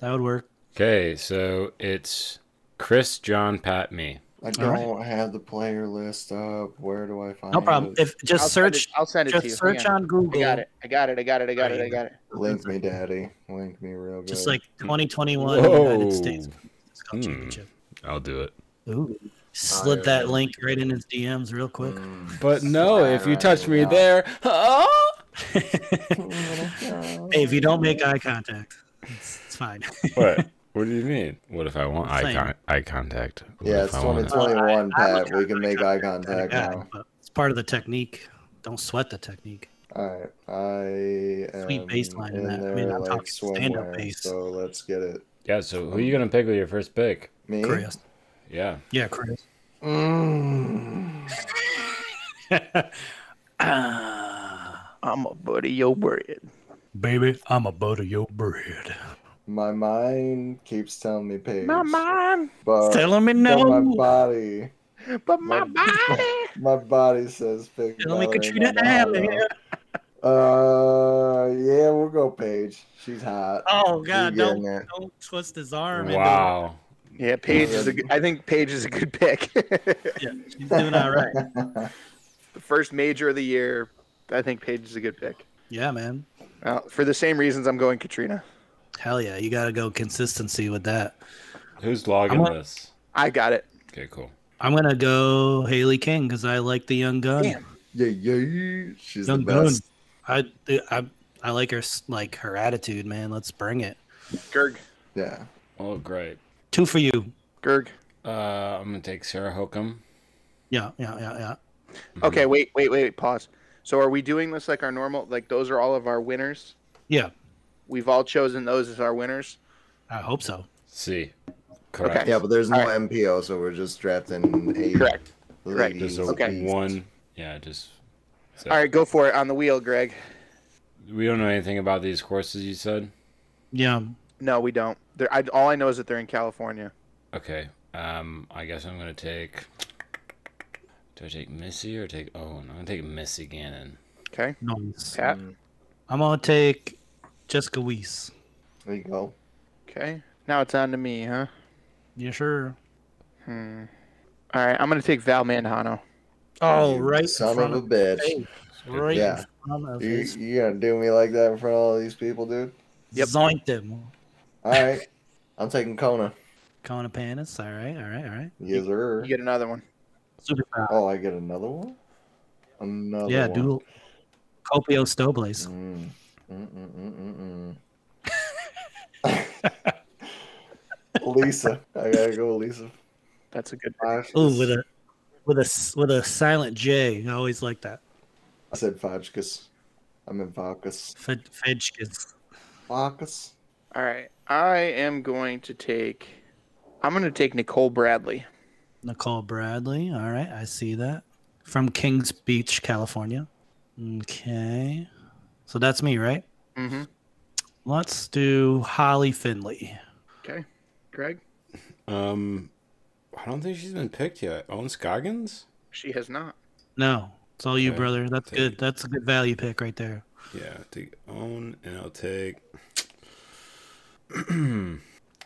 [SPEAKER 4] that would work.
[SPEAKER 5] Okay, so it's Chris, John, Pat, me.
[SPEAKER 3] I
[SPEAKER 4] All right.
[SPEAKER 3] don't have the player list up. Where do I find?
[SPEAKER 4] No problem.
[SPEAKER 3] It?
[SPEAKER 4] If just
[SPEAKER 2] I'll send
[SPEAKER 4] search,
[SPEAKER 2] It, I'll send it to you.
[SPEAKER 4] just search
[SPEAKER 2] Hang on.
[SPEAKER 4] on Google.
[SPEAKER 2] I got it. I got it. I got it. I got it. I
[SPEAKER 4] Right.
[SPEAKER 2] got it.
[SPEAKER 3] Link me, daddy. Link me real good.
[SPEAKER 4] Just like 2021
[SPEAKER 5] Whoa.
[SPEAKER 4] United States Disc Golf
[SPEAKER 5] Hmm.
[SPEAKER 4] Championship.
[SPEAKER 5] I'll do it.
[SPEAKER 4] Ooh. Slid
[SPEAKER 3] yeah.
[SPEAKER 4] that link right in his DMs real quick.
[SPEAKER 3] Mm.
[SPEAKER 5] But no, if you touch me there, oh!
[SPEAKER 4] Hey, if you don't make eye contact, it's, it's fine.
[SPEAKER 5] what? What do you mean? What if I want eye,
[SPEAKER 4] Same.
[SPEAKER 5] con- eye contact? What
[SPEAKER 3] Yeah,
[SPEAKER 5] if
[SPEAKER 3] it's
[SPEAKER 5] I want it?
[SPEAKER 3] 2021,
[SPEAKER 4] I- I look
[SPEAKER 3] Pat. We can make eye contact
[SPEAKER 4] Yeah,
[SPEAKER 3] now.
[SPEAKER 4] but it's part of the technique. Don't sweat the technique.
[SPEAKER 3] All right, I
[SPEAKER 4] Sweet
[SPEAKER 3] am
[SPEAKER 4] baseline in that. I
[SPEAKER 3] there
[SPEAKER 4] mean, I'm
[SPEAKER 3] like
[SPEAKER 4] talking stand-up
[SPEAKER 3] swimwear,
[SPEAKER 4] base.
[SPEAKER 3] So let's get it.
[SPEAKER 5] Yeah, so who are you going to pick with your first pick?
[SPEAKER 3] Me.
[SPEAKER 4] Chris.
[SPEAKER 5] Yeah.
[SPEAKER 4] Yeah, Chris.
[SPEAKER 3] Mm. Uh,
[SPEAKER 4] Ah,
[SPEAKER 2] I'm a buddy. Yo, worried.
[SPEAKER 4] baby, I'm a butter your bread.
[SPEAKER 3] My mind keeps telling me page,
[SPEAKER 2] My mind,
[SPEAKER 3] but
[SPEAKER 4] Telling me
[SPEAKER 3] but my
[SPEAKER 4] no.
[SPEAKER 3] body,
[SPEAKER 2] but my
[SPEAKER 3] My-
[SPEAKER 2] body.
[SPEAKER 3] my body says pig.
[SPEAKER 4] Telling me
[SPEAKER 3] Valerie,
[SPEAKER 4] Katrina
[SPEAKER 3] not
[SPEAKER 4] Allen.
[SPEAKER 3] Mahalo. Uh, yeah, we'll go Paige. She's hot.
[SPEAKER 4] Oh
[SPEAKER 3] You
[SPEAKER 4] God,
[SPEAKER 3] getting
[SPEAKER 4] don't
[SPEAKER 3] it.
[SPEAKER 4] don't twist his arm. into-
[SPEAKER 5] Wow.
[SPEAKER 2] Yeah, Paige is a good, I think Paige is a good pick. the
[SPEAKER 4] Yeah, she's doing all right.
[SPEAKER 2] first major of the year. I think Paige is a good pick.
[SPEAKER 4] Yeah, man.
[SPEAKER 2] Well, for the same reasons I'm going Katrina.
[SPEAKER 4] Hell yeah, you got to go consistency with that.
[SPEAKER 5] Who's logging
[SPEAKER 4] I'm a-
[SPEAKER 5] this?
[SPEAKER 2] I got it.
[SPEAKER 5] Okay, cool.
[SPEAKER 4] I'm gonna go Haley King because I like the young gun.
[SPEAKER 2] Damn.
[SPEAKER 3] Yeah, yeah, yeah. She's
[SPEAKER 4] Young
[SPEAKER 3] the
[SPEAKER 4] gun.
[SPEAKER 3] best.
[SPEAKER 4] I, I I like her s- like her attitude, man. Let's bring it.
[SPEAKER 2] Gerg.
[SPEAKER 3] Yeah.
[SPEAKER 5] Oh, great.
[SPEAKER 4] Two for you.
[SPEAKER 2] Gerg.
[SPEAKER 5] Uh, I'm gonna take Sarah Hokum.
[SPEAKER 4] Yeah, yeah, yeah, yeah.
[SPEAKER 2] Okay, wait, wait, wait, wait, pause. So are we doing this like our normal like those are all of our winners?
[SPEAKER 4] Yeah,
[SPEAKER 2] We've all chosen those as our winners.
[SPEAKER 4] I hope so.
[SPEAKER 5] See, correct.
[SPEAKER 2] Okay.
[SPEAKER 3] Yeah, but there's no
[SPEAKER 2] All right.
[SPEAKER 3] MPO, so we're just drafting eight.
[SPEAKER 2] Correct. Correct.
[SPEAKER 3] ladies.
[SPEAKER 5] Just a
[SPEAKER 2] Okay.
[SPEAKER 5] one. Yeah, just. so-
[SPEAKER 2] All right, go for it on the wheel, Greg.
[SPEAKER 5] We don't know anything about these courses. You said.
[SPEAKER 4] Yeah,
[SPEAKER 2] No, we don't. They're, I, all I know is that they're in California.
[SPEAKER 5] Okay. Um, I guess I'm gonna take. Do I take Missy or take Owen? I'm gonna take Missy Gannon.
[SPEAKER 2] Okay.
[SPEAKER 4] nice.
[SPEAKER 2] Pat.
[SPEAKER 4] I'm gonna take Jessica Weiss.
[SPEAKER 3] There you go.
[SPEAKER 2] Okay. Now it's on to me, huh?
[SPEAKER 4] You sure?
[SPEAKER 2] Hmm. All right, I'm gonna take Val Manjano.
[SPEAKER 4] Oh,
[SPEAKER 3] You
[SPEAKER 4] right. in
[SPEAKER 3] Son
[SPEAKER 4] front
[SPEAKER 3] of a bitch.
[SPEAKER 4] face. Right
[SPEAKER 3] Yeah.
[SPEAKER 4] in front of
[SPEAKER 3] You,
[SPEAKER 4] his
[SPEAKER 3] you gonna do me like that in front of all these people, dude?
[SPEAKER 2] Yep.
[SPEAKER 4] zoinked him.
[SPEAKER 3] All right. I'm taking Kona.
[SPEAKER 4] Kona Panis. All right, all right, all right.
[SPEAKER 3] Yes, sir.
[SPEAKER 2] You get another one.
[SPEAKER 4] Super proud.
[SPEAKER 3] Oh, I get another one? Another
[SPEAKER 4] yeah,
[SPEAKER 3] one.
[SPEAKER 4] dude. Copio Stoblaze.
[SPEAKER 3] Mm. Mm, mm, mm, mm, mm. Lisa. I gotta go, Lisa.
[SPEAKER 2] That's a good.
[SPEAKER 3] Five.
[SPEAKER 4] Ooh, with a with a s- with a silent J. I always like that.
[SPEAKER 3] I said Vodkas. I'm in Vodkas.
[SPEAKER 4] Fed Fedchkins.
[SPEAKER 3] Vodkas?
[SPEAKER 2] All right, I am going to take. I'm gonna take Nicole Bradley.
[SPEAKER 4] Nicole Bradley. All right, I see that. From Kings Beach, California. Okay. So that's me, right?
[SPEAKER 2] Mm-hmm.
[SPEAKER 4] Let's do Holly Finley.
[SPEAKER 2] Okay. Greg.
[SPEAKER 5] Um, I don't think she's been picked yet. Owen Scoggins.
[SPEAKER 2] She has not.
[SPEAKER 4] No, it's all you,
[SPEAKER 5] Okay.
[SPEAKER 4] brother. That's
[SPEAKER 5] Thank you.
[SPEAKER 4] good. That's a good value pick right there.
[SPEAKER 5] Yeah, I'll take Owen, and I'll take.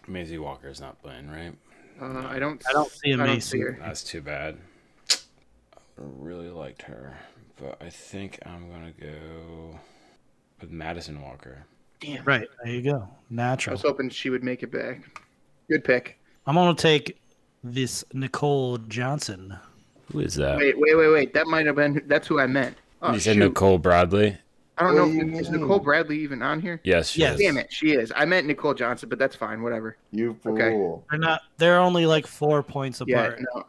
[SPEAKER 5] Maisie Walker's not playing, right?
[SPEAKER 2] Uh, I don't.
[SPEAKER 4] I don't see a
[SPEAKER 2] I don't
[SPEAKER 4] Mason.
[SPEAKER 2] see her.
[SPEAKER 5] That's too bad. I really liked her, but I think I'm gonna go with Madison Walker.
[SPEAKER 2] Damn.
[SPEAKER 4] Right. There you go.
[SPEAKER 2] I
[SPEAKER 4] Natural.
[SPEAKER 2] was hoping she would make it back. Good pick.
[SPEAKER 4] I'm going to take this Nicole Johnson.
[SPEAKER 5] Who is that?
[SPEAKER 2] Wait, wait, wait, wait. That might have been. That's who I meant. Oh,
[SPEAKER 5] you said
[SPEAKER 2] shoot.
[SPEAKER 5] Nicole Bradley?
[SPEAKER 2] I don't know.
[SPEAKER 3] What do
[SPEAKER 2] if-
[SPEAKER 3] you
[SPEAKER 2] Is
[SPEAKER 3] mean?
[SPEAKER 2] Nicole Bradley even on here?
[SPEAKER 5] Yes. she
[SPEAKER 4] Yes.
[SPEAKER 5] is.
[SPEAKER 2] Damn it, she is. I meant Nicole Johnson, but that's fine. Whatever.
[SPEAKER 3] You fool.
[SPEAKER 2] Okay.
[SPEAKER 4] They're not. They're only like four points
[SPEAKER 2] Yeah,
[SPEAKER 4] apart.
[SPEAKER 2] no,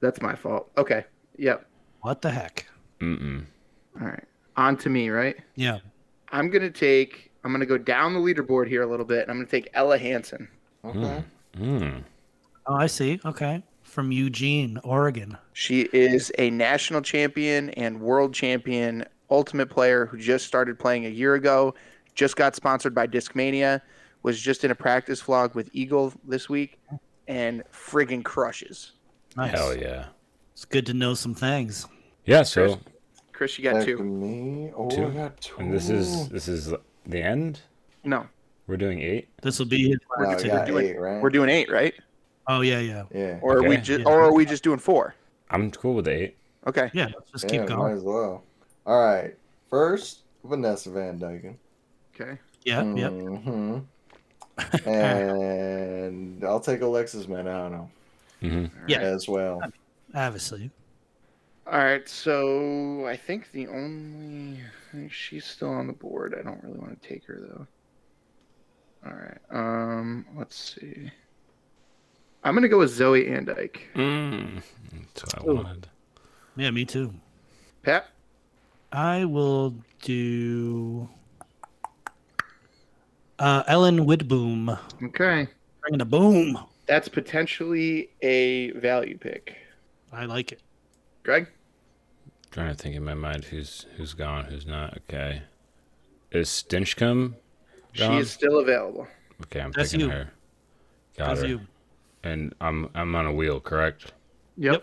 [SPEAKER 2] that's my fault. Okay. Yep.
[SPEAKER 4] What the heck?
[SPEAKER 5] Mm-mm.
[SPEAKER 2] All right. On to me, right?
[SPEAKER 4] Yeah.
[SPEAKER 2] I'm gonna take. I'm gonna go down the leaderboard here a little bit, and I'm gonna take Ella Hansen.
[SPEAKER 4] Hmm.
[SPEAKER 3] Okay.
[SPEAKER 5] Mm.
[SPEAKER 4] Oh, I see. Okay. From Eugene, Oregon.
[SPEAKER 2] She is a national champion and world champion ultimate player who just started playing a year ago, just got sponsored by Discmania, was just in a practice vlog with Eagle this week, and friggin' crushes.
[SPEAKER 4] Nice.
[SPEAKER 5] Hell yeah.
[SPEAKER 4] It's good to know some things.
[SPEAKER 5] Yeah. So,
[SPEAKER 2] Chris, you got
[SPEAKER 3] Back to
[SPEAKER 2] two.
[SPEAKER 3] me. Oh,
[SPEAKER 5] Two?
[SPEAKER 3] I got two.
[SPEAKER 5] and this is this is the end.
[SPEAKER 2] No,
[SPEAKER 5] We're doing eight.
[SPEAKER 4] This will be his
[SPEAKER 3] No, I
[SPEAKER 4] last
[SPEAKER 3] got
[SPEAKER 4] two.
[SPEAKER 2] doing-
[SPEAKER 3] eight, right?
[SPEAKER 2] we're doing eight, right?
[SPEAKER 4] Oh yeah, yeah,
[SPEAKER 3] yeah.
[SPEAKER 2] Or are we
[SPEAKER 5] Okay.
[SPEAKER 2] just,
[SPEAKER 4] Yeah.
[SPEAKER 2] or are we just doing four?
[SPEAKER 5] I'm cool with eight.
[SPEAKER 2] Okay.
[SPEAKER 4] yeah. Let's just
[SPEAKER 3] yeah,
[SPEAKER 4] keep
[SPEAKER 3] Might
[SPEAKER 4] going.
[SPEAKER 3] as well. All right. First, Vanessa Van Dyken.
[SPEAKER 2] Okay.
[SPEAKER 4] Yeah, yeah.
[SPEAKER 3] Mm-hmm. and I'll take Alexis Manano
[SPEAKER 5] Mm-hmm.
[SPEAKER 4] Yeah.
[SPEAKER 3] as well.
[SPEAKER 4] Obviously.
[SPEAKER 2] All right. So I think the only I think she's still on the board. I don't really want to take her though. All right. Um. Let's see. I'm gonna go with Zoe Andike.
[SPEAKER 5] Mm. That's what I
[SPEAKER 4] Ooh.
[SPEAKER 5] wanted.
[SPEAKER 4] Yeah, me too.
[SPEAKER 2] Pat.
[SPEAKER 4] I will do uh, Ellen Whitboom.
[SPEAKER 2] Okay.
[SPEAKER 4] Bringing a boom.
[SPEAKER 2] That's potentially a value pick.
[SPEAKER 4] I like it.
[SPEAKER 2] Greg.
[SPEAKER 5] Trying to think in my mind who's who's gone, who's not. Okay. Is Stinchcomb
[SPEAKER 2] She
[SPEAKER 5] gone?
[SPEAKER 2] is still available.
[SPEAKER 5] Okay, I'm
[SPEAKER 4] That's
[SPEAKER 5] picking
[SPEAKER 4] you.
[SPEAKER 5] her. Got
[SPEAKER 4] How's
[SPEAKER 5] her.
[SPEAKER 4] you?
[SPEAKER 5] And I'm I'm on a wheel, correct?
[SPEAKER 2] Yep.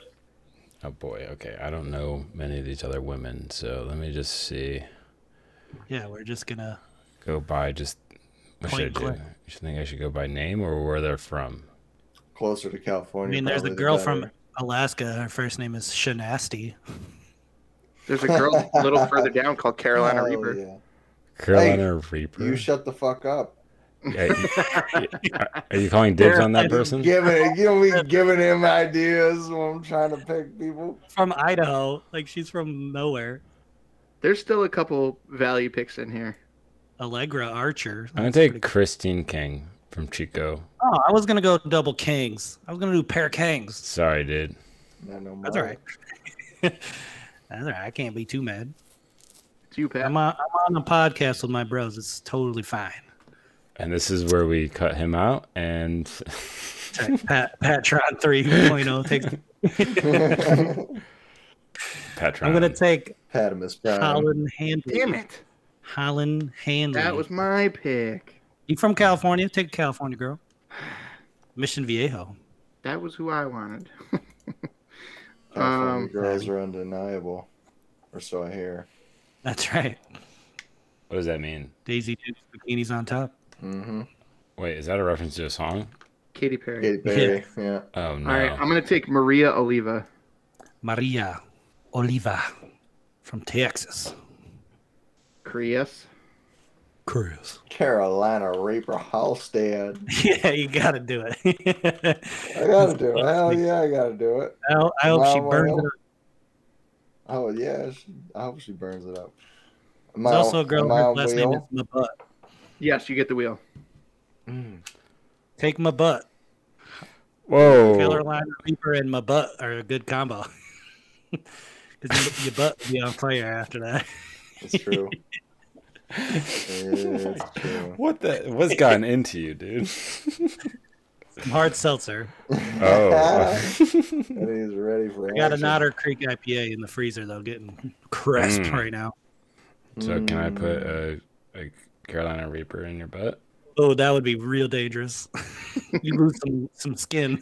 [SPEAKER 5] Oh boy. Okay, I don't know many of these other women, so let me just see.
[SPEAKER 4] Yeah, we're just gonna.
[SPEAKER 5] Go by just. What
[SPEAKER 4] Point
[SPEAKER 5] should I do?
[SPEAKER 4] click.
[SPEAKER 5] You think I should go by name or where they're from?
[SPEAKER 3] Closer to
[SPEAKER 4] I
[SPEAKER 3] California.
[SPEAKER 4] mean, there's a
[SPEAKER 3] probably the
[SPEAKER 4] girl
[SPEAKER 3] better.
[SPEAKER 4] from Alaska. Her first name is Shanasty.
[SPEAKER 2] There's a girl a little further down called Carolina
[SPEAKER 3] Hell
[SPEAKER 2] Reaper.
[SPEAKER 3] yeah.
[SPEAKER 5] Carolina Reaper.
[SPEAKER 3] You shut the fuck up.
[SPEAKER 5] Hey, are- are you calling dibs on that person?
[SPEAKER 3] Giving, you know, we giving him ideas when I'm trying to pick people.
[SPEAKER 4] From Idaho, like she's from nowhere.
[SPEAKER 2] There's still a couple value picks in here.
[SPEAKER 4] Allegra Archer.
[SPEAKER 5] I'm gonna
[SPEAKER 4] That's pretty
[SPEAKER 5] take Christine King from Chico.
[SPEAKER 4] cool. Oh, I was gonna go double kings. I was gonna do pair kings.
[SPEAKER 5] Sorry, dude.
[SPEAKER 3] No, no
[SPEAKER 4] That's all
[SPEAKER 3] more.
[SPEAKER 4] right. That's all right. I can't be too mad.
[SPEAKER 2] It's you, Pat.
[SPEAKER 4] I'm on, I'm on a podcast with my bros. It's totally fine.
[SPEAKER 5] And this is where we cut him out. And
[SPEAKER 4] Pat, Patron 3.0 takes.
[SPEAKER 5] Patron.
[SPEAKER 4] I'm gonna take
[SPEAKER 3] Patamus Prime.
[SPEAKER 4] Holland Handley.
[SPEAKER 2] Damn it.
[SPEAKER 4] Holland Handley.
[SPEAKER 2] That was my pick.
[SPEAKER 4] you from California? Take a California girl. Mission Viejo.
[SPEAKER 2] That was who I wanted.
[SPEAKER 3] California
[SPEAKER 2] Um,
[SPEAKER 3] girls are undeniable, or so I hear.
[SPEAKER 4] That's right.
[SPEAKER 5] what does that mean?
[SPEAKER 4] Daisy Duke's bikinis on top.
[SPEAKER 3] Mm-hmm.
[SPEAKER 5] Wait, is that a reference to a song?
[SPEAKER 2] Katy Perry.
[SPEAKER 3] Katy Perry. Yeah.
[SPEAKER 5] Oh no.
[SPEAKER 2] All right, I'm gonna take Maria Oliva.
[SPEAKER 4] Maria Oliva from Texas.
[SPEAKER 2] Krius.
[SPEAKER 4] Cruz.
[SPEAKER 3] Carolina Reaper Halstead.
[SPEAKER 4] yeah, you gotta do it.
[SPEAKER 3] I gotta do it. Hell yeah, I gotta do it.
[SPEAKER 4] I hope, I hope she
[SPEAKER 3] Wow,
[SPEAKER 4] burns
[SPEAKER 3] wow.
[SPEAKER 4] it up.
[SPEAKER 3] Oh yeah, she, I hope she burns it up. Am
[SPEAKER 4] There's
[SPEAKER 3] I-
[SPEAKER 4] also a girl,
[SPEAKER 3] am I
[SPEAKER 4] her
[SPEAKER 3] on
[SPEAKER 4] last name is
[SPEAKER 3] wheel?
[SPEAKER 4] my butt.
[SPEAKER 2] Yes, you get the wheel.
[SPEAKER 4] Mm. Take my butt.
[SPEAKER 5] Whoa.
[SPEAKER 4] Carolina Reaper and my butt are a good combo. Because your butt will be on fire after that.
[SPEAKER 3] It's true. it's true.
[SPEAKER 5] What the? What's gotten into you, dude?
[SPEAKER 4] Some hard seltzer.
[SPEAKER 5] oh.
[SPEAKER 3] And he's ready for.
[SPEAKER 4] I got an
[SPEAKER 3] action.
[SPEAKER 4] Otter Creek IPA in the freezer though, getting crisp
[SPEAKER 5] Mm.
[SPEAKER 4] right now.
[SPEAKER 5] so can I put a, a Carolina Reaper in your butt?
[SPEAKER 4] Oh, that would be real dangerous. you lose some, some skin.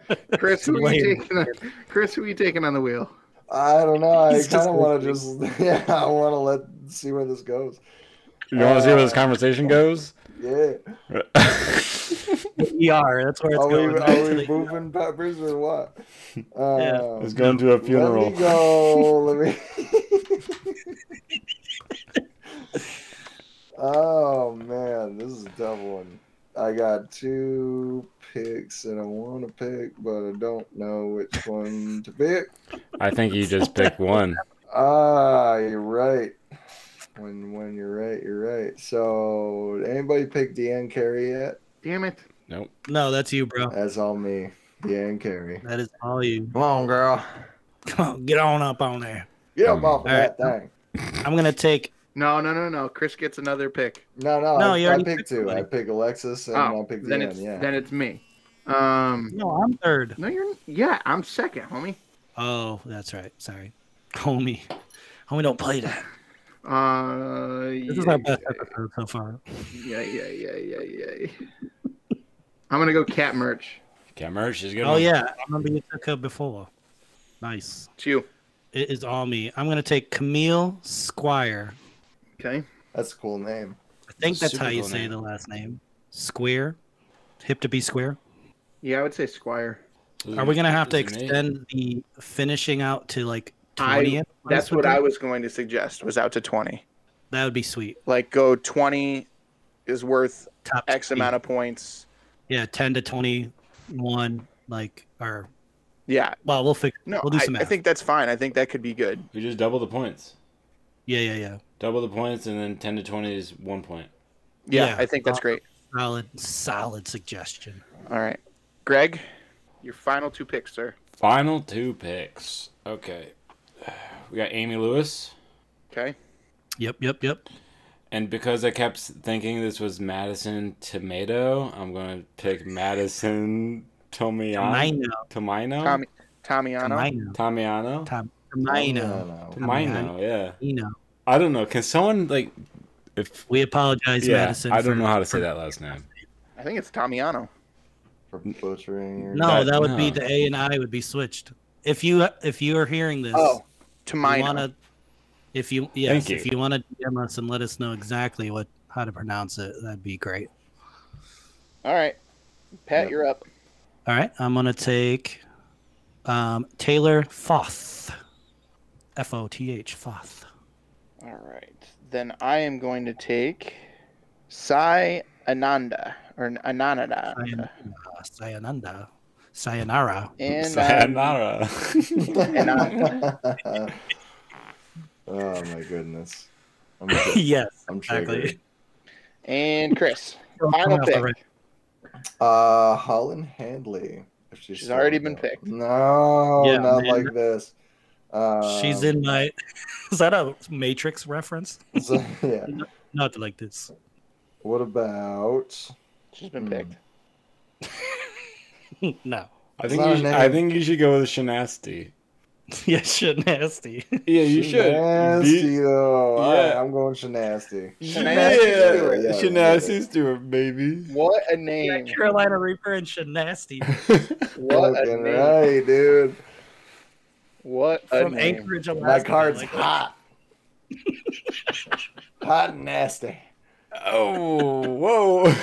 [SPEAKER 2] Chris, who are
[SPEAKER 4] Later.
[SPEAKER 2] you taking? On, Chris, who are you taking on the wheel?
[SPEAKER 3] I don't know. I
[SPEAKER 4] He's
[SPEAKER 3] kind
[SPEAKER 4] just
[SPEAKER 3] of want to just. Yeah, I want to let see where this goes.
[SPEAKER 5] You want to see where this conversation goes?
[SPEAKER 3] Yeah.
[SPEAKER 4] ER, that's where it's
[SPEAKER 3] Are we,
[SPEAKER 4] going.
[SPEAKER 3] are we moving peppers or what? Um,
[SPEAKER 5] It's going to a
[SPEAKER 3] Let me go. Let me. oh man, this is a tough one. I got two picks, and I want to pick, but I don't know which one to pick.
[SPEAKER 5] I think you just picked one.
[SPEAKER 3] Ah, you're right. When when you're right, you're right. So, anybody pick Deanne Carey yet?
[SPEAKER 2] Damn it!
[SPEAKER 5] Nope.
[SPEAKER 4] No, that's you, bro.
[SPEAKER 3] That's all me. Deanne Carey.
[SPEAKER 4] That is all you.
[SPEAKER 3] Come on, girl.
[SPEAKER 4] Come on, get on up on there.
[SPEAKER 3] Get up off of
[SPEAKER 4] All
[SPEAKER 3] that thing.
[SPEAKER 4] I'm gonna take
[SPEAKER 2] No, no, no, no. Chris gets another pick.
[SPEAKER 3] No, no,
[SPEAKER 4] No,
[SPEAKER 3] I,
[SPEAKER 4] you
[SPEAKER 3] I
[SPEAKER 4] already
[SPEAKER 3] picked
[SPEAKER 4] picked
[SPEAKER 3] two. I
[SPEAKER 4] somebody.
[SPEAKER 3] picked Alexis and I
[SPEAKER 2] Oh,
[SPEAKER 3] picked
[SPEAKER 2] then
[SPEAKER 3] Deanne.
[SPEAKER 2] it's
[SPEAKER 3] yeah.
[SPEAKER 2] then it's me. Um,
[SPEAKER 4] No, I'm third.
[SPEAKER 2] no, you're yeah. I'm second, homie.
[SPEAKER 4] Oh, that's right. Sorry. Homie. Homie don't play that.
[SPEAKER 2] Uh,
[SPEAKER 4] This
[SPEAKER 2] yeah,
[SPEAKER 4] is our best episode so far.
[SPEAKER 2] yeah, yeah, yeah, yeah, yeah. I'm gonna go cat merch.
[SPEAKER 5] Camera, she's good.
[SPEAKER 4] Oh yeah. I remember you took her before. Nice.
[SPEAKER 2] It's you.
[SPEAKER 4] It is all me. I'm gonna take Camille Squire.
[SPEAKER 2] Okay.
[SPEAKER 3] That's a cool name.
[SPEAKER 4] I think that's
[SPEAKER 5] Super
[SPEAKER 4] how you
[SPEAKER 5] cool
[SPEAKER 4] say
[SPEAKER 5] name.
[SPEAKER 4] the last name. Square. Hip to be square.
[SPEAKER 2] Yeah, I would say Squire.
[SPEAKER 5] Mm,
[SPEAKER 4] Are we gonna have to extend the finishing out to like
[SPEAKER 2] I-
[SPEAKER 4] twentieth?
[SPEAKER 2] That's what I was going to suggest. Was out to twenty.
[SPEAKER 4] That would be sweet.
[SPEAKER 2] Like go twenty is worth
[SPEAKER 4] Top
[SPEAKER 2] X
[SPEAKER 4] 20.
[SPEAKER 2] amount of points.
[SPEAKER 4] Yeah, ten to twenty-one. Like, or
[SPEAKER 2] Yeah.
[SPEAKER 4] well, we'll fix.
[SPEAKER 2] No,
[SPEAKER 4] we'll do
[SPEAKER 2] I,
[SPEAKER 4] some math.
[SPEAKER 2] I think that's fine. I think that could be good.
[SPEAKER 5] We just double the points.
[SPEAKER 4] yeah, yeah, yeah.
[SPEAKER 5] Double the points, and then ten to twenty is one point.
[SPEAKER 2] Yeah,
[SPEAKER 4] Yeah.
[SPEAKER 2] I think that's great.
[SPEAKER 4] Solid, solid suggestion.
[SPEAKER 2] All right. Greg, your final two picks, sir.
[SPEAKER 5] Final two picks. Okay. We got Amy Lewis.
[SPEAKER 2] Okay.
[SPEAKER 4] Yep, yep, yep.
[SPEAKER 5] And because I kept thinking this was Madison Tomato, I'm going to pick Madison Tomiano.
[SPEAKER 4] Mino,
[SPEAKER 5] Tomino?
[SPEAKER 2] Tommy Tomiano.
[SPEAKER 4] Mino,
[SPEAKER 5] Tomiano?
[SPEAKER 4] Tom,
[SPEAKER 3] No,
[SPEAKER 4] Mino,
[SPEAKER 3] no.
[SPEAKER 5] Tomino, Oh, yeah.
[SPEAKER 4] Mino.
[SPEAKER 5] I don't know. Can someone, like, if.
[SPEAKER 4] We apologize,
[SPEAKER 5] Yeah,
[SPEAKER 4] Madison.
[SPEAKER 5] I
[SPEAKER 4] for-
[SPEAKER 5] don't know how to say that last name.
[SPEAKER 2] I think it's Tomiano.
[SPEAKER 3] For butchering your
[SPEAKER 4] No,
[SPEAKER 5] That-
[SPEAKER 4] that, would be
[SPEAKER 5] no.
[SPEAKER 4] the A and I would be switched. If you if you are hearing this,
[SPEAKER 2] Oh,
[SPEAKER 4] you
[SPEAKER 2] Tomino.
[SPEAKER 4] wanna, if you yes,
[SPEAKER 5] Thank you.
[SPEAKER 4] if you want to DM us and let us know exactly what how to pronounce it, that'd be great.
[SPEAKER 2] All right. Pat, you're up.
[SPEAKER 4] All right, I'm gonna take um, Taylor Foth, F O T H Foth.
[SPEAKER 2] All right. Then I am going to take Cy Ananda or Ananda.
[SPEAKER 4] Sayan- uh, Sayananda. Sayonara.
[SPEAKER 2] And uh,
[SPEAKER 5] Sayonara.
[SPEAKER 3] oh my goodness. I'm, tri-
[SPEAKER 4] yes.
[SPEAKER 3] I'm
[SPEAKER 4] Exactly.
[SPEAKER 3] triggered.
[SPEAKER 2] and Chris. Final pick.
[SPEAKER 3] Uh, Holland Handley. If she's
[SPEAKER 2] She's
[SPEAKER 3] still
[SPEAKER 2] already
[SPEAKER 3] available.
[SPEAKER 2] been picked.
[SPEAKER 3] No,
[SPEAKER 4] Yeah,
[SPEAKER 3] not
[SPEAKER 4] man.
[SPEAKER 3] like this. Um,
[SPEAKER 4] She's in my. Is that a Matrix reference?
[SPEAKER 3] so- yeah.
[SPEAKER 4] Not like this.
[SPEAKER 3] What about?
[SPEAKER 2] She's been
[SPEAKER 3] Hmm.
[SPEAKER 2] picked.
[SPEAKER 4] no.
[SPEAKER 5] I think
[SPEAKER 3] not
[SPEAKER 5] you
[SPEAKER 3] a
[SPEAKER 5] should,
[SPEAKER 3] name.
[SPEAKER 5] I think you should go with Shanasti.
[SPEAKER 4] yeah, shit, nasty.
[SPEAKER 5] Yeah, you
[SPEAKER 3] She
[SPEAKER 5] should.
[SPEAKER 3] Nasty
[SPEAKER 5] Be-
[SPEAKER 3] though. All right,
[SPEAKER 5] Yeah.
[SPEAKER 3] I'm going Shanasty.
[SPEAKER 5] yeah,
[SPEAKER 2] Shanasti Stewart.
[SPEAKER 3] Yeah.
[SPEAKER 5] Shanasti Stewart, baby.
[SPEAKER 2] Hmm. What a
[SPEAKER 4] Yeah,
[SPEAKER 2] name.
[SPEAKER 4] Carolina Reaper and shit, nasty.
[SPEAKER 2] What a
[SPEAKER 3] Fucking
[SPEAKER 2] name.
[SPEAKER 3] right, dude.
[SPEAKER 2] What a
[SPEAKER 4] From
[SPEAKER 2] name.
[SPEAKER 4] Anchorage, Alaska.
[SPEAKER 3] My card's
[SPEAKER 4] like- ah,
[SPEAKER 3] hot. hot and nasty.
[SPEAKER 5] oh, whoa.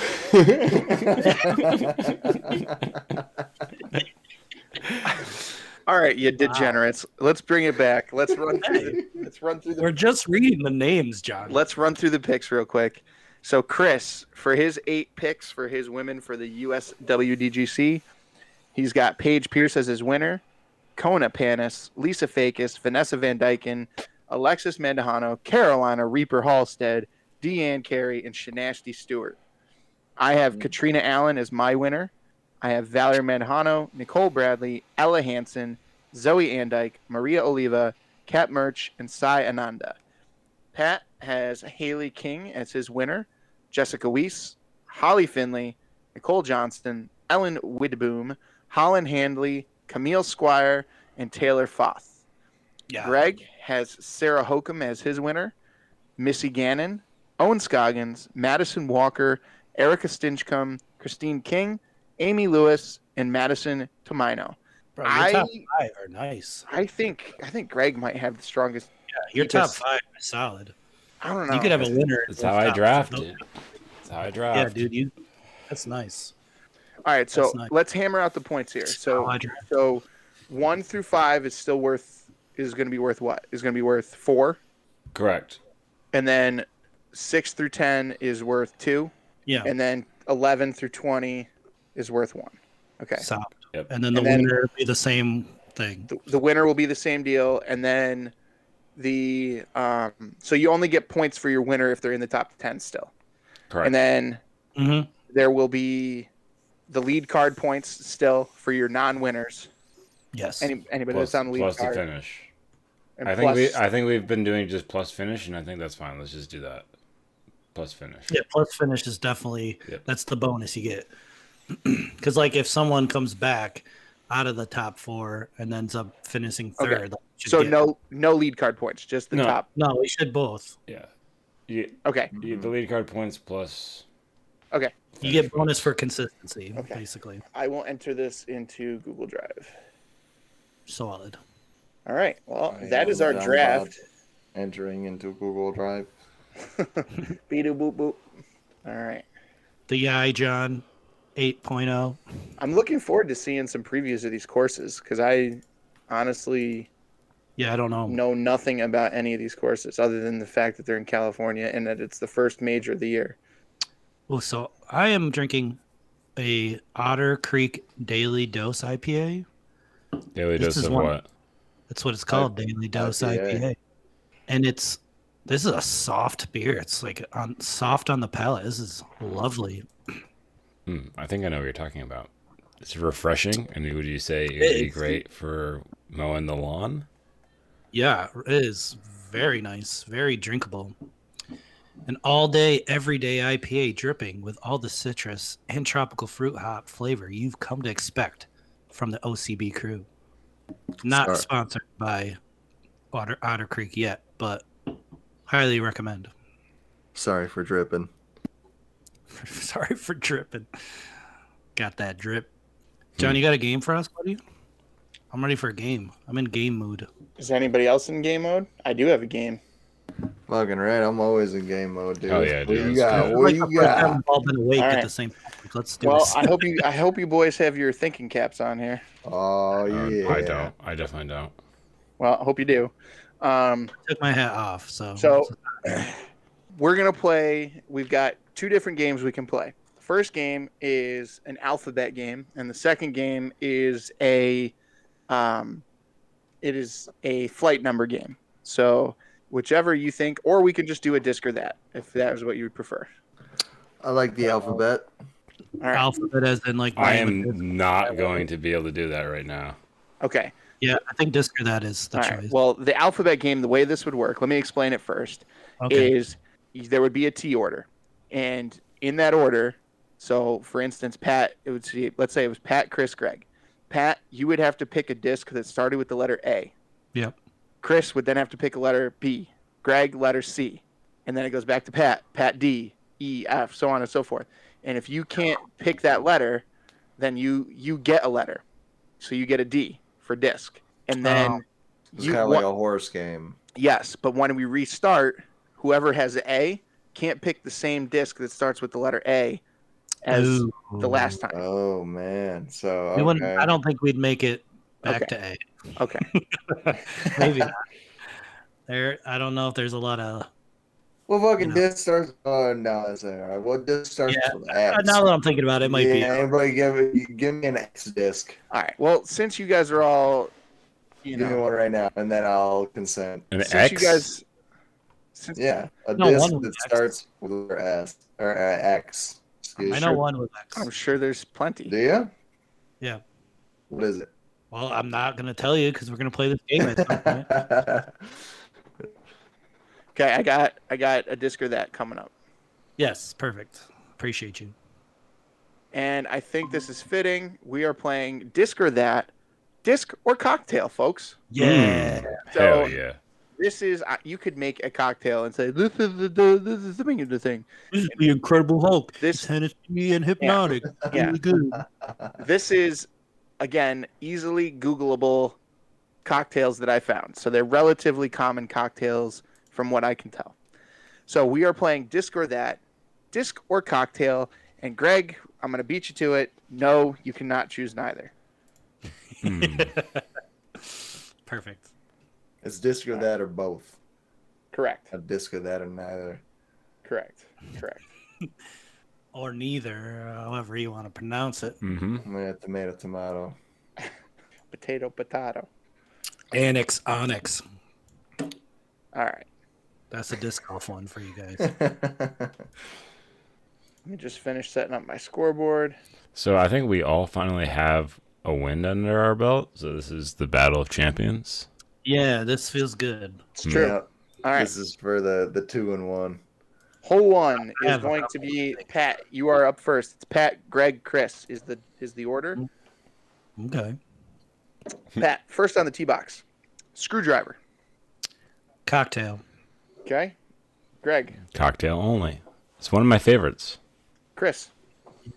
[SPEAKER 2] All right, you degenerates. Let's bring it back. Let's run through the, let's run through the
[SPEAKER 4] We're just reading the names, John.
[SPEAKER 2] let's run through the picks real quick. So Chris, for his eight picks for his women for the US WDGC, he's got Paige Pierce as his winner, Kona Panis, Lisa Fakis, Vanessa Van Dyken, Alexis Mendojano, Carolina Reaper Halstead, Deanne Carey, and Shanasti Stewart. I have Katrina Allen as my winner. I have Valerie Manhano, Nicole Bradley, Ella Hansen, Zoe Andike, Maria Oliva, Kat Merch, and Sai Ananda. Pat has Haley King as his winner, Jessica Weiss, Holly Finley, Nicole Johnston, Ellen Widboom, Holland Handley, Camille Squire, and Taylor Foth.
[SPEAKER 4] yeah.
[SPEAKER 2] Greg has Sarah Hokum as his winner, Missy Gannon, Owen Scoggins, Madison Walker, Erica Stinchcomb, Christine King, Amy Lewis, and Madison Tomino.
[SPEAKER 4] Bro, your
[SPEAKER 2] I
[SPEAKER 4] top five are nice.
[SPEAKER 2] I think I think Greg might have the strongest.
[SPEAKER 4] Your
[SPEAKER 2] he
[SPEAKER 4] top
[SPEAKER 2] just-
[SPEAKER 4] five are solid.
[SPEAKER 2] I don't know.
[SPEAKER 4] You could have a winner.
[SPEAKER 5] That's how I drafted. That's how I
[SPEAKER 4] Yeah,
[SPEAKER 5] drafted.
[SPEAKER 4] dude, you. That's nice.
[SPEAKER 2] All right, so
[SPEAKER 4] That's nice.
[SPEAKER 2] let's hammer out the points here. So
[SPEAKER 4] How I drafted.
[SPEAKER 2] So one through five is still worth is going to be worth what is going to be worth four,
[SPEAKER 5] Correct.
[SPEAKER 2] and then six through ten is worth two,
[SPEAKER 4] Yeah,
[SPEAKER 2] and then eleven through twenty is worth one. Okay.
[SPEAKER 4] solid.
[SPEAKER 5] Yep.
[SPEAKER 4] And then the
[SPEAKER 2] And then-
[SPEAKER 4] winner would be the same thing.
[SPEAKER 2] The, the winner will be the same deal, and then the um, so you only get points for your winner if they're in the top ten still,
[SPEAKER 5] Correct.
[SPEAKER 2] and then
[SPEAKER 4] Mm-hmm.
[SPEAKER 2] there will be the lead card points still for your non-winners.
[SPEAKER 4] Yes.
[SPEAKER 2] Any, anybody
[SPEAKER 5] plus,
[SPEAKER 2] that's on the lead
[SPEAKER 5] plus the
[SPEAKER 2] card.
[SPEAKER 5] finish.
[SPEAKER 2] and
[SPEAKER 5] I think we
[SPEAKER 2] plus-
[SPEAKER 5] I think we've been doing just plus finish, and I think that's fine. Let's just do that. Plus finish.
[SPEAKER 4] Yeah, plus finish is definitely
[SPEAKER 5] Yep.
[SPEAKER 4] that's the bonus you get. Because like if someone comes back out of the top four and ends up finishing
[SPEAKER 2] Okay.
[SPEAKER 4] third, like, you should
[SPEAKER 2] so
[SPEAKER 4] get-
[SPEAKER 2] no no lead card points, just the
[SPEAKER 5] No.
[SPEAKER 2] top.
[SPEAKER 4] no, we should both.
[SPEAKER 5] Yeah. You,
[SPEAKER 2] Okay.
[SPEAKER 5] you, the lead card points plus.
[SPEAKER 2] Okay.
[SPEAKER 4] You
[SPEAKER 5] finish
[SPEAKER 4] get
[SPEAKER 5] points.
[SPEAKER 4] bonus for consistency,
[SPEAKER 2] Okay.
[SPEAKER 4] basically.
[SPEAKER 2] I will enter this into Google Drive.
[SPEAKER 4] Solid.
[SPEAKER 2] All right. Well,
[SPEAKER 3] I
[SPEAKER 2] that
[SPEAKER 3] am
[SPEAKER 2] is our
[SPEAKER 3] done
[SPEAKER 2] draft.
[SPEAKER 3] Entering into Google Drive.
[SPEAKER 2] Beedoo boop boop. All right.
[SPEAKER 4] The I John oh. 8.0.
[SPEAKER 2] I'm looking forward to seeing some previews of these courses because I honestly
[SPEAKER 4] Yeah, I don't know.
[SPEAKER 2] know nothing about any of these courses other than the fact that they're in California and that it's the first major of the year.
[SPEAKER 4] Oh, so I am drinking a Otter Creek Daily Dose IPA.
[SPEAKER 5] Daily
[SPEAKER 4] This
[SPEAKER 5] dose
[SPEAKER 4] is
[SPEAKER 5] of
[SPEAKER 4] one-
[SPEAKER 5] what?
[SPEAKER 4] That's what it's called, Daily Dose
[SPEAKER 3] IPA.
[SPEAKER 4] IPA. And it's this is a soft beer. It's like on soft on the palate. This is lovely.
[SPEAKER 5] Hmm, I think I know what you're talking about. It's refreshing, and would you say it would be
[SPEAKER 4] It's-
[SPEAKER 5] great for mowing the lawn?
[SPEAKER 4] Yeah, it is very nice, very drinkable. An all day, everyday IPA dripping with all the citrus and tropical fruit hop flavor you've come to expect from the OCB crew. Not
[SPEAKER 3] Sorry.
[SPEAKER 4] sponsored by Otter, Otter Creek yet, but highly recommend.
[SPEAKER 3] Sorry for dripping.
[SPEAKER 4] Sorry for dripping. Got that drip.
[SPEAKER 5] Hmm.
[SPEAKER 4] John, you got a game for us, buddy? I'm ready for a game. I'm in game mood.
[SPEAKER 2] Is anybody else in game mode? I do have a game.
[SPEAKER 3] Fucking right. I'm always in game mode, dude.
[SPEAKER 5] Oh, yeah,
[SPEAKER 3] What
[SPEAKER 5] dude,
[SPEAKER 3] you
[SPEAKER 5] that's
[SPEAKER 3] got?
[SPEAKER 5] good.
[SPEAKER 3] What
[SPEAKER 4] Like
[SPEAKER 3] you
[SPEAKER 4] the first time
[SPEAKER 3] got?
[SPEAKER 4] we've all been awake
[SPEAKER 2] All
[SPEAKER 4] at
[SPEAKER 2] right.
[SPEAKER 4] the same time. Like, Let's do
[SPEAKER 2] Well,
[SPEAKER 4] this.
[SPEAKER 2] I hope you I hope you boys have your thinking caps on here.
[SPEAKER 3] Oh
[SPEAKER 5] Uh,
[SPEAKER 3] yeah.
[SPEAKER 5] I don't. I definitely don't.
[SPEAKER 2] Well, I hope you do. Um,
[SPEAKER 4] took my hat off. So,
[SPEAKER 2] So- we're gonna play. We've got two different games we can play. The first game is an alphabet game, and the second game is a um, it is a flight number game. So whichever you think, or we can just do a disc or that if that is what you would prefer.
[SPEAKER 3] I like the alphabet.
[SPEAKER 2] All right.
[SPEAKER 4] Alphabet as in like
[SPEAKER 5] I
[SPEAKER 4] languages.
[SPEAKER 5] am not going to be able to do that right now.
[SPEAKER 2] Okay.
[SPEAKER 4] Yeah, I think disc or that is the
[SPEAKER 2] All
[SPEAKER 4] choice.
[SPEAKER 2] right. Well, the alphabet game, the way this would work, let me explain it first,
[SPEAKER 4] okay.
[SPEAKER 2] is there would be a T order. And in that order, so for instance, Pat, it would see, let's say it was Pat, Chris, Greg. Pat, you would have to pick a disc that started with the letter A.
[SPEAKER 4] Yep.
[SPEAKER 2] Chris would then have to pick a letter B. Greg, letter C. And then it goes back to Pat, Pat D, E, F, so on and so forth. And if you can't pick that letter, then you you get a letter. So you get a D for disc. And then
[SPEAKER 4] Oh.
[SPEAKER 3] It's
[SPEAKER 2] you
[SPEAKER 3] kind of
[SPEAKER 2] wa-
[SPEAKER 3] like a horse game.
[SPEAKER 2] Yes, but when we restart, whoever has A can't pick the same disc that starts with the letter A as
[SPEAKER 4] Ooh.
[SPEAKER 2] the last time.
[SPEAKER 3] Oh man. So
[SPEAKER 4] We wouldn't.
[SPEAKER 3] okay.
[SPEAKER 4] I don't think we'd make it back
[SPEAKER 2] Okay.
[SPEAKER 4] to
[SPEAKER 2] Okay.
[SPEAKER 4] A. Maybe not. There, I don't know if there's a lot of.
[SPEAKER 3] Well, fucking
[SPEAKER 4] You know.
[SPEAKER 3] disc starts. Oh no, that's all right. Well, disc starts
[SPEAKER 4] Yeah,
[SPEAKER 3] with X.
[SPEAKER 4] Uh, Now that I'm thinking about it, it might
[SPEAKER 3] yeah, everybody give give me an X disc.
[SPEAKER 2] All right. Well, since you guys are all, you
[SPEAKER 3] give me
[SPEAKER 2] know,
[SPEAKER 3] one right now, and then I'll consent.
[SPEAKER 5] An
[SPEAKER 2] since
[SPEAKER 5] X.
[SPEAKER 2] you guys, since,
[SPEAKER 3] Yeah, a
[SPEAKER 4] No,
[SPEAKER 3] disc
[SPEAKER 4] one with
[SPEAKER 3] that
[SPEAKER 4] X.
[SPEAKER 3] starts with letter S or uh, X.
[SPEAKER 4] be.
[SPEAKER 3] Excuse
[SPEAKER 4] I know
[SPEAKER 3] me.
[SPEAKER 4] one with X.
[SPEAKER 2] I'm sure there's
[SPEAKER 3] Do
[SPEAKER 2] plenty.
[SPEAKER 3] you?
[SPEAKER 4] Yeah.
[SPEAKER 3] What is it?
[SPEAKER 4] Well, I'm not gonna tell you because we're gonna play this game at some point.
[SPEAKER 2] Okay, I got I got a disc or that coming up,
[SPEAKER 4] Yes, perfect. Appreciate you.
[SPEAKER 2] and I think this is fitting. We are playing disc or that, disc or cocktail, folks.
[SPEAKER 4] Yeah.
[SPEAKER 2] So-
[SPEAKER 5] Hell yeah.
[SPEAKER 2] This is uh, you could make a cocktail and say this is the, the this is the thing of the thing.
[SPEAKER 4] This is the Incredible Hulk.
[SPEAKER 2] This
[SPEAKER 4] Tennessee and Hypnotic.
[SPEAKER 2] Yeah.
[SPEAKER 4] Really good.
[SPEAKER 2] this is again easily googleable cocktails that i found so they're relatively common cocktails from what i can tell so we are playing disc or that disc or cocktail and greg i'm going to beat you to it no you cannot choose neither
[SPEAKER 5] Hmm.
[SPEAKER 4] Perfect.
[SPEAKER 3] It's disc or that or both.
[SPEAKER 2] correct
[SPEAKER 3] A disc or that or neither.
[SPEAKER 2] correct correct
[SPEAKER 4] Or neither, uh, however you want to pronounce it.
[SPEAKER 5] hmm
[SPEAKER 3] Yeah, tomato, tomato.
[SPEAKER 2] potato potato
[SPEAKER 4] Annex Onyx.
[SPEAKER 2] all right
[SPEAKER 4] That's a disc golf one for you guys.
[SPEAKER 2] let me just finish setting up my scoreboard
[SPEAKER 5] So I think we all finally have a win under our belt. So this is the Battle of Champions.
[SPEAKER 4] yeah, this feels good.
[SPEAKER 2] it's true
[SPEAKER 3] Yeah,
[SPEAKER 2] all right
[SPEAKER 3] This is for the the two and one.
[SPEAKER 2] Hole one
[SPEAKER 4] I
[SPEAKER 2] is
[SPEAKER 4] have a
[SPEAKER 2] going to
[SPEAKER 4] couple
[SPEAKER 2] be Pat. You are up first. It's Pat, Greg, Chris is the is the order.
[SPEAKER 4] Okay.
[SPEAKER 2] Pat, first on the tee box. Screwdriver.
[SPEAKER 4] Cocktail.
[SPEAKER 2] Okay. Greg,
[SPEAKER 5] Cocktail only. It's one of my favorites.
[SPEAKER 2] Chris,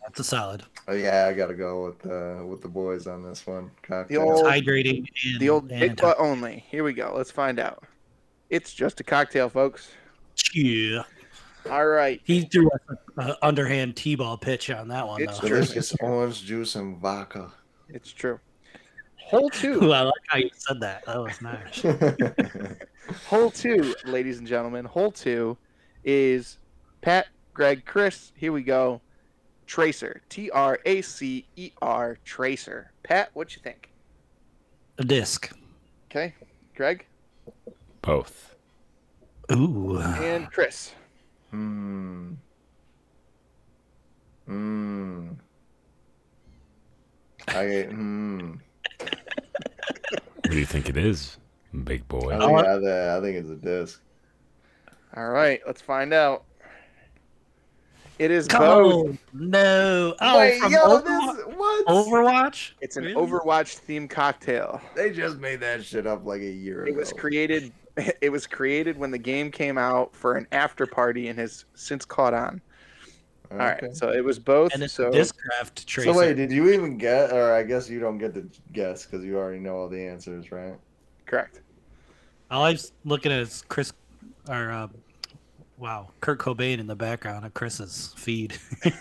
[SPEAKER 4] That's a solid.
[SPEAKER 3] Oh, yeah, I gotta go with uh, with the boys on this one. Cocktail.
[SPEAKER 2] old- Oh,
[SPEAKER 4] Hydrating and
[SPEAKER 2] the old
[SPEAKER 4] and uh,
[SPEAKER 2] big butt only. Here we go. Let's find out. It's just a cocktail, folks.
[SPEAKER 4] Yeah.
[SPEAKER 2] All right.
[SPEAKER 4] He threw a, a underhand T ball pitch on that one
[SPEAKER 2] It's
[SPEAKER 4] though.
[SPEAKER 3] delicious orange juice and vodka.
[SPEAKER 2] It's true. Hole
[SPEAKER 4] Ooh,
[SPEAKER 2] two.
[SPEAKER 4] I like how you said that. That was nice.
[SPEAKER 2] Hole two, ladies and gentlemen. Hole two is Pat, Greg, Chris. Here we go. Tracer. T R A C E R. Tracer. Pat, what you think?
[SPEAKER 4] A disc.
[SPEAKER 2] Okay. Greg
[SPEAKER 5] Both.
[SPEAKER 4] Ooh.
[SPEAKER 2] and Chris.
[SPEAKER 3] Hmm. Hmm. I hmm.
[SPEAKER 5] What do you think it is, big
[SPEAKER 3] I
[SPEAKER 5] boy?
[SPEAKER 3] think, I, thi- I think it's a disc.
[SPEAKER 2] All right, let's find out. It is both.
[SPEAKER 4] Oh no! Oh,
[SPEAKER 3] Wait,
[SPEAKER 4] from
[SPEAKER 3] yo,
[SPEAKER 4] Overwatch?
[SPEAKER 3] this what?
[SPEAKER 4] Overwatch?
[SPEAKER 2] It's an
[SPEAKER 4] Really?
[SPEAKER 2] Overwatch themed cocktail.
[SPEAKER 3] They just made that shit up like a year ago.
[SPEAKER 2] It was created. It was created when the game came out for an after party and has since caught on. All right,
[SPEAKER 3] Okay.
[SPEAKER 2] so it was both.
[SPEAKER 4] And it's
[SPEAKER 2] so
[SPEAKER 4] a Discraft tracer.
[SPEAKER 3] So wait, did you even get? Or I guess you don't get to guess because you already know all the answers, right?
[SPEAKER 2] correct.
[SPEAKER 4] All I'm looking at is Chris, or uh, wow, Kurt Cobain in the background of Chris's feed.
[SPEAKER 3] You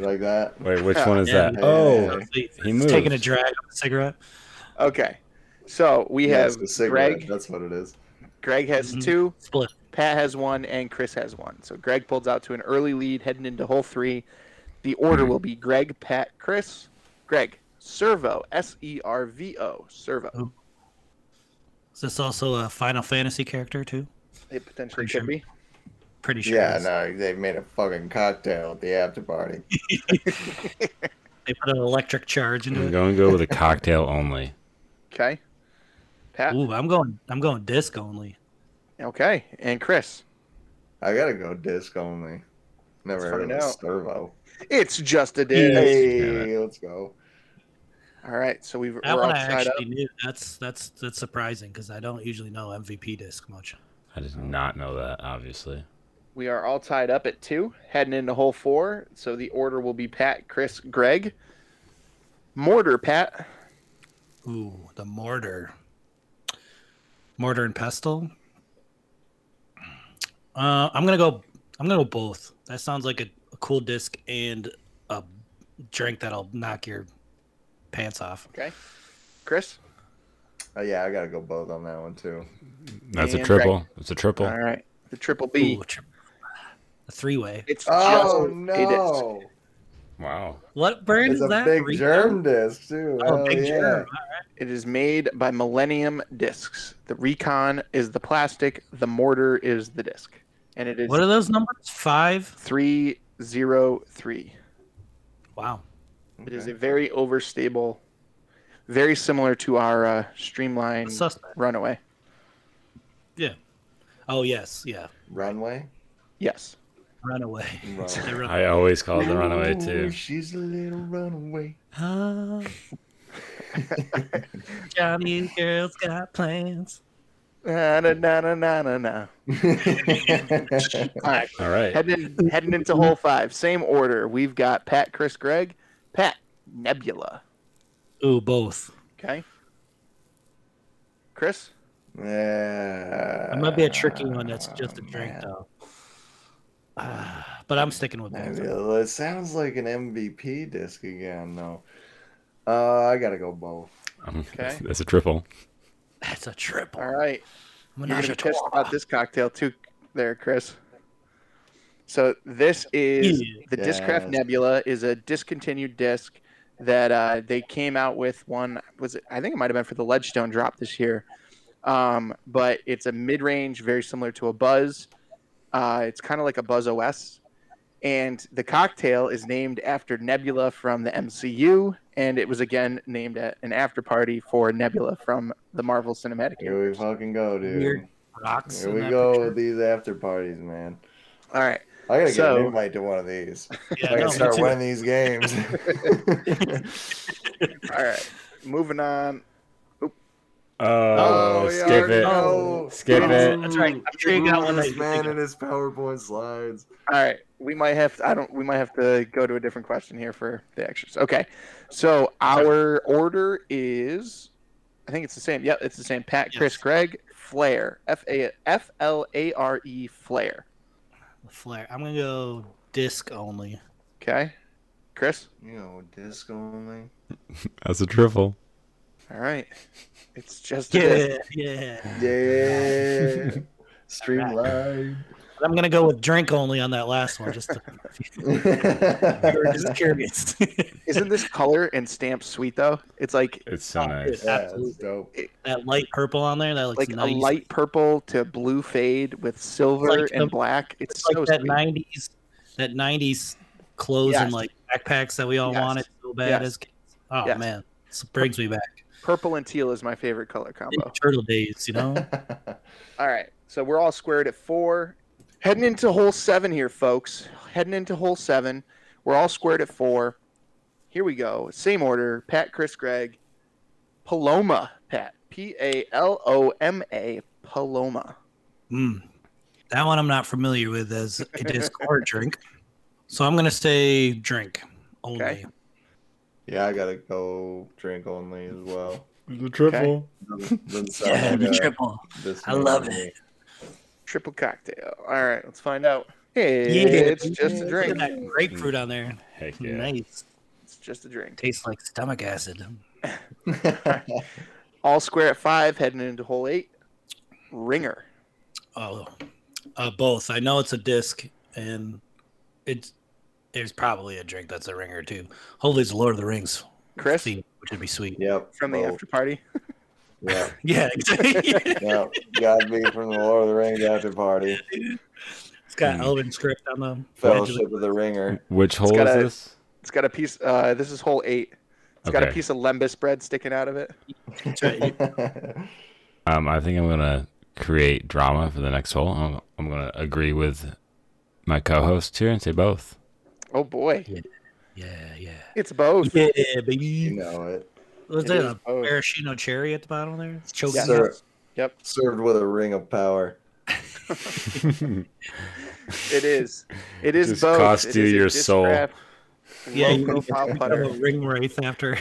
[SPEAKER 3] like that?
[SPEAKER 5] Wait, which one is
[SPEAKER 4] Yeah.
[SPEAKER 5] that?
[SPEAKER 3] Oh.
[SPEAKER 4] He's
[SPEAKER 5] He moved.
[SPEAKER 4] taking a drag of a cigarette.
[SPEAKER 2] Okay, so we
[SPEAKER 3] Yeah,
[SPEAKER 2] have
[SPEAKER 3] it's the cigarette,
[SPEAKER 2] Greg.
[SPEAKER 3] That's what it is.
[SPEAKER 2] Greg has
[SPEAKER 4] Mhm.
[SPEAKER 2] two.
[SPEAKER 4] Split.
[SPEAKER 2] Pat has one, and Chris has one. So Greg pulls out to an early lead heading into hole three. The order will be Greg, Pat, Chris. Greg, Servo, S E R V O, Servo.
[SPEAKER 4] Is this also a Final Fantasy character too?
[SPEAKER 2] It potentially
[SPEAKER 4] Pretty
[SPEAKER 2] could
[SPEAKER 4] sure.
[SPEAKER 2] be.
[SPEAKER 4] Pretty sure. it
[SPEAKER 3] Yeah,
[SPEAKER 4] is.
[SPEAKER 3] no, they made a fucking cocktail at the after party.
[SPEAKER 4] They put an electric charge into
[SPEAKER 5] I'm
[SPEAKER 4] it.
[SPEAKER 5] going to go with a cocktail only.
[SPEAKER 2] Okay. Pat.
[SPEAKER 4] Ooh, I'm going. I'm going disc only.
[SPEAKER 2] Okay. And Chris.
[SPEAKER 3] I gotta go disc only. Never
[SPEAKER 2] Let's
[SPEAKER 3] heard
[SPEAKER 2] find
[SPEAKER 3] of
[SPEAKER 2] out.
[SPEAKER 3] Servo.
[SPEAKER 2] It's just a day.
[SPEAKER 3] Hey, let's go.
[SPEAKER 2] All right. So we've,
[SPEAKER 4] That
[SPEAKER 2] we're
[SPEAKER 4] one
[SPEAKER 2] all
[SPEAKER 4] I
[SPEAKER 2] tied up.
[SPEAKER 4] actually knew. That's that's that's surprising because I don't usually know MVP disc much.
[SPEAKER 5] I did not know that, obviously.
[SPEAKER 2] We are all tied up at two, heading into hole four. So the order will be Pat, Chris, Greg. Mortar, Pat.
[SPEAKER 4] Ooh, the mortar. Mortar and pestle. Uh, I'm gonna go. I'm gonna go both. That sounds like a, a cool disc and a drink that'll knock your pants off.
[SPEAKER 2] Okay. Chris.
[SPEAKER 3] Uh, yeah, I gotta go both on that one too.
[SPEAKER 5] That's a
[SPEAKER 2] And
[SPEAKER 5] triple. It's a triple.
[SPEAKER 2] All right. The triple B.
[SPEAKER 4] Ooh, tri- a three-way.
[SPEAKER 2] It's
[SPEAKER 3] Oh
[SPEAKER 2] just a disc.
[SPEAKER 3] no!
[SPEAKER 5] Wow.
[SPEAKER 4] What brand
[SPEAKER 3] It's
[SPEAKER 4] is
[SPEAKER 3] a
[SPEAKER 4] that?
[SPEAKER 3] big
[SPEAKER 4] Rico?
[SPEAKER 3] germ disc too.
[SPEAKER 4] Oh,
[SPEAKER 3] Hell
[SPEAKER 4] big
[SPEAKER 3] yeah.
[SPEAKER 4] germ.
[SPEAKER 2] It is made by Millennium Discs. The Recon is the plastic. The mortar is the disc. And it is
[SPEAKER 4] What are those numbers? Five.
[SPEAKER 2] three zero three.
[SPEAKER 4] Wow.
[SPEAKER 2] It is a very overstable, very similar to our uh,
[SPEAKER 4] A
[SPEAKER 2] streamline
[SPEAKER 4] suspect.
[SPEAKER 2] runaway.
[SPEAKER 4] Oh yes, yeah.
[SPEAKER 3] Runway.
[SPEAKER 2] Yes.
[SPEAKER 4] Runaway.
[SPEAKER 3] Runway.
[SPEAKER 4] They run-
[SPEAKER 5] I always call it Oh, the runaway,
[SPEAKER 3] Ooh,
[SPEAKER 5] too.
[SPEAKER 3] She's a little runaway.
[SPEAKER 4] Oh, Johnny girls got plans.
[SPEAKER 2] Na na na na na na. na. All right.
[SPEAKER 5] All right.
[SPEAKER 2] Heading heading into hole five. Same order. We've got Pat, Chris, Greg, Pat, Nebula.
[SPEAKER 4] Ooh, both.
[SPEAKER 2] Okay. Chris.
[SPEAKER 3] yeah.
[SPEAKER 4] That might be a tricky one. That's just a drink,
[SPEAKER 3] man.
[SPEAKER 4] though. Ah, but I'm sticking with both.
[SPEAKER 3] Nebula. It sounds like an MVP disc again, though. Uh, I gotta go both.
[SPEAKER 5] Um,
[SPEAKER 2] Okay.
[SPEAKER 5] That's a triple.
[SPEAKER 4] That's a triple.
[SPEAKER 2] All right. You're
[SPEAKER 4] Menage
[SPEAKER 2] gonna
[SPEAKER 4] a
[SPEAKER 2] be pissed
[SPEAKER 4] trois.
[SPEAKER 2] about this cocktail too, there, Chris. So this is
[SPEAKER 4] Yeah.
[SPEAKER 2] the Discraft
[SPEAKER 3] Yes.
[SPEAKER 2] Nebula is a discontinued disc that uh, they came out with one was it, I think it might have been for the Ledgestone drop this year, um, but it's a mid-range very similar to a Buzz. Uh, it's kind of like a Buzz OS, and the cocktail is named after Nebula from the MCU, and it was again named at an after party for Nebula from the Marvel Cinematic Universe.
[SPEAKER 3] Here we fucking go, dude.
[SPEAKER 4] Weird Rocks
[SPEAKER 3] Here
[SPEAKER 4] in
[SPEAKER 3] we
[SPEAKER 4] that
[SPEAKER 3] go
[SPEAKER 4] picture.
[SPEAKER 3] with these after parties, man.
[SPEAKER 2] All right.
[SPEAKER 3] I gotta get
[SPEAKER 2] So-
[SPEAKER 3] an invite to one of these. I
[SPEAKER 4] Yeah, no,
[SPEAKER 3] gotta
[SPEAKER 4] me
[SPEAKER 3] start
[SPEAKER 4] too.
[SPEAKER 3] winning these games.
[SPEAKER 2] All right, moving on.
[SPEAKER 5] Oh,
[SPEAKER 3] Oh, yeah,
[SPEAKER 5] skip it.
[SPEAKER 2] Oh.
[SPEAKER 3] no.
[SPEAKER 5] Skip it.
[SPEAKER 4] Oh, That's right. I'm sure you got one that
[SPEAKER 3] This
[SPEAKER 4] you
[SPEAKER 3] man
[SPEAKER 4] think
[SPEAKER 3] and his PowerPoint slides.
[SPEAKER 2] All right, we might have to, I don't we might have to go to a different question here for the extras. Okay, so our order is, I think it's the same. Yep, it's the same. Pat, Chris,
[SPEAKER 4] Yes.
[SPEAKER 2] Greg, Flair, F A F L A R E, Flair.
[SPEAKER 4] The Flare. I'm gonna go disc only.
[SPEAKER 2] Okay, Chris.
[SPEAKER 3] You know, disc only.
[SPEAKER 5] That's a triple.
[SPEAKER 2] All right, it's just a disc.
[SPEAKER 4] Yeah, yeah.
[SPEAKER 3] Yeah. Stream live.
[SPEAKER 4] But I'm gonna go with drink only on that last one. Just, to, we were just curious.
[SPEAKER 2] Isn't this color and stamp sweet though? It's like
[SPEAKER 5] It's so nice.
[SPEAKER 3] yeah,
[SPEAKER 4] Absolutely.
[SPEAKER 3] that's dope.
[SPEAKER 4] that light purple on there, that looks
[SPEAKER 2] like
[SPEAKER 4] nice.
[SPEAKER 2] a light purple to blue fade with silver
[SPEAKER 4] Like
[SPEAKER 2] and
[SPEAKER 4] the-
[SPEAKER 2] black. It's,
[SPEAKER 4] It's
[SPEAKER 2] so
[SPEAKER 4] like that
[SPEAKER 2] sweet.
[SPEAKER 4] '90s, that '90s clothes
[SPEAKER 2] Yes.
[SPEAKER 4] and like backpacks that we all
[SPEAKER 2] Yes.
[SPEAKER 4] wanted so bad
[SPEAKER 2] Yes.
[SPEAKER 4] as kids. Oh
[SPEAKER 2] Yes.
[SPEAKER 4] man, this brings me back.
[SPEAKER 2] Purple and teal is my favorite color combo.
[SPEAKER 4] Ninja Turtle days, you know.
[SPEAKER 2] All right. So we're all squared at four. Heading into hole seven here, folks. Heading into hole seven. We're all squared at four. Here we go. Same order. Pat, Chris, Greg. Paloma, Pat. P A L O M A. Paloma.
[SPEAKER 4] Mm. That one I'm not familiar with as a disc or a drink, so I'm gonna say drink only.
[SPEAKER 2] Okay.
[SPEAKER 3] yeah, I gotta go drink only as well.
[SPEAKER 5] The
[SPEAKER 2] triple.
[SPEAKER 3] Doesn't- doesn't sound
[SPEAKER 4] Yeah, the
[SPEAKER 3] like a-
[SPEAKER 4] triple.
[SPEAKER 3] this
[SPEAKER 4] I
[SPEAKER 3] man
[SPEAKER 4] love
[SPEAKER 3] to me.
[SPEAKER 2] Triple cocktail. All right. Let's find out. Hey,
[SPEAKER 4] Yeah,
[SPEAKER 2] it's just a
[SPEAKER 4] Look
[SPEAKER 2] drink.
[SPEAKER 4] at that grapefruit on there.
[SPEAKER 5] Heck yeah.
[SPEAKER 4] Nice.
[SPEAKER 2] It's just a drink.
[SPEAKER 4] Tastes like stomach acid.
[SPEAKER 2] All square at five. Heading into hole eight. Ringer.
[SPEAKER 4] Oh, Uh, both. I know it's a disc, and it's there's probably a drink that's a ringer too. Hopefully, it's Lord of the Rings
[SPEAKER 2] Chris
[SPEAKER 4] theme, which would be sweet.
[SPEAKER 3] Yep.
[SPEAKER 2] from the
[SPEAKER 3] well,
[SPEAKER 2] after party.
[SPEAKER 3] Yeah.
[SPEAKER 4] Yeah, exactly.
[SPEAKER 3] Yeah. Got me from the Lord of the Rings after party.
[SPEAKER 4] it's got Elven script on them.
[SPEAKER 3] Fellowship of the Ringer.
[SPEAKER 5] Which hole is
[SPEAKER 2] gotta-
[SPEAKER 5] this?
[SPEAKER 2] It's got a piece. Uh, this is hole eight. It's got a
[SPEAKER 5] Okay.
[SPEAKER 2] piece of lembas bread sticking out of it.
[SPEAKER 5] Um, I think I'm gonna create drama for the next hole. I'm, I'm gonna agree with my co-host here and say both.
[SPEAKER 2] Oh boy,
[SPEAKER 4] Yeah, yeah,
[SPEAKER 2] it's both.
[SPEAKER 4] yeah,
[SPEAKER 3] you
[SPEAKER 4] baby.
[SPEAKER 3] know it.
[SPEAKER 4] Was
[SPEAKER 2] It
[SPEAKER 4] that
[SPEAKER 2] is
[SPEAKER 4] a
[SPEAKER 2] both.
[SPEAKER 4] maraschino cherry at the bottom there? Choking
[SPEAKER 2] Yeah.
[SPEAKER 4] up?
[SPEAKER 3] Ser-
[SPEAKER 2] Yep.
[SPEAKER 3] Served with a ring of power.
[SPEAKER 5] Mm,
[SPEAKER 2] It is. It is
[SPEAKER 5] Just
[SPEAKER 2] both.
[SPEAKER 5] cost
[SPEAKER 2] It
[SPEAKER 5] you
[SPEAKER 2] is a
[SPEAKER 5] your
[SPEAKER 2] disc
[SPEAKER 5] soul.
[SPEAKER 2] Low
[SPEAKER 4] Yeah, you
[SPEAKER 2] profile
[SPEAKER 4] become
[SPEAKER 2] putter.
[SPEAKER 4] a ring wraith after.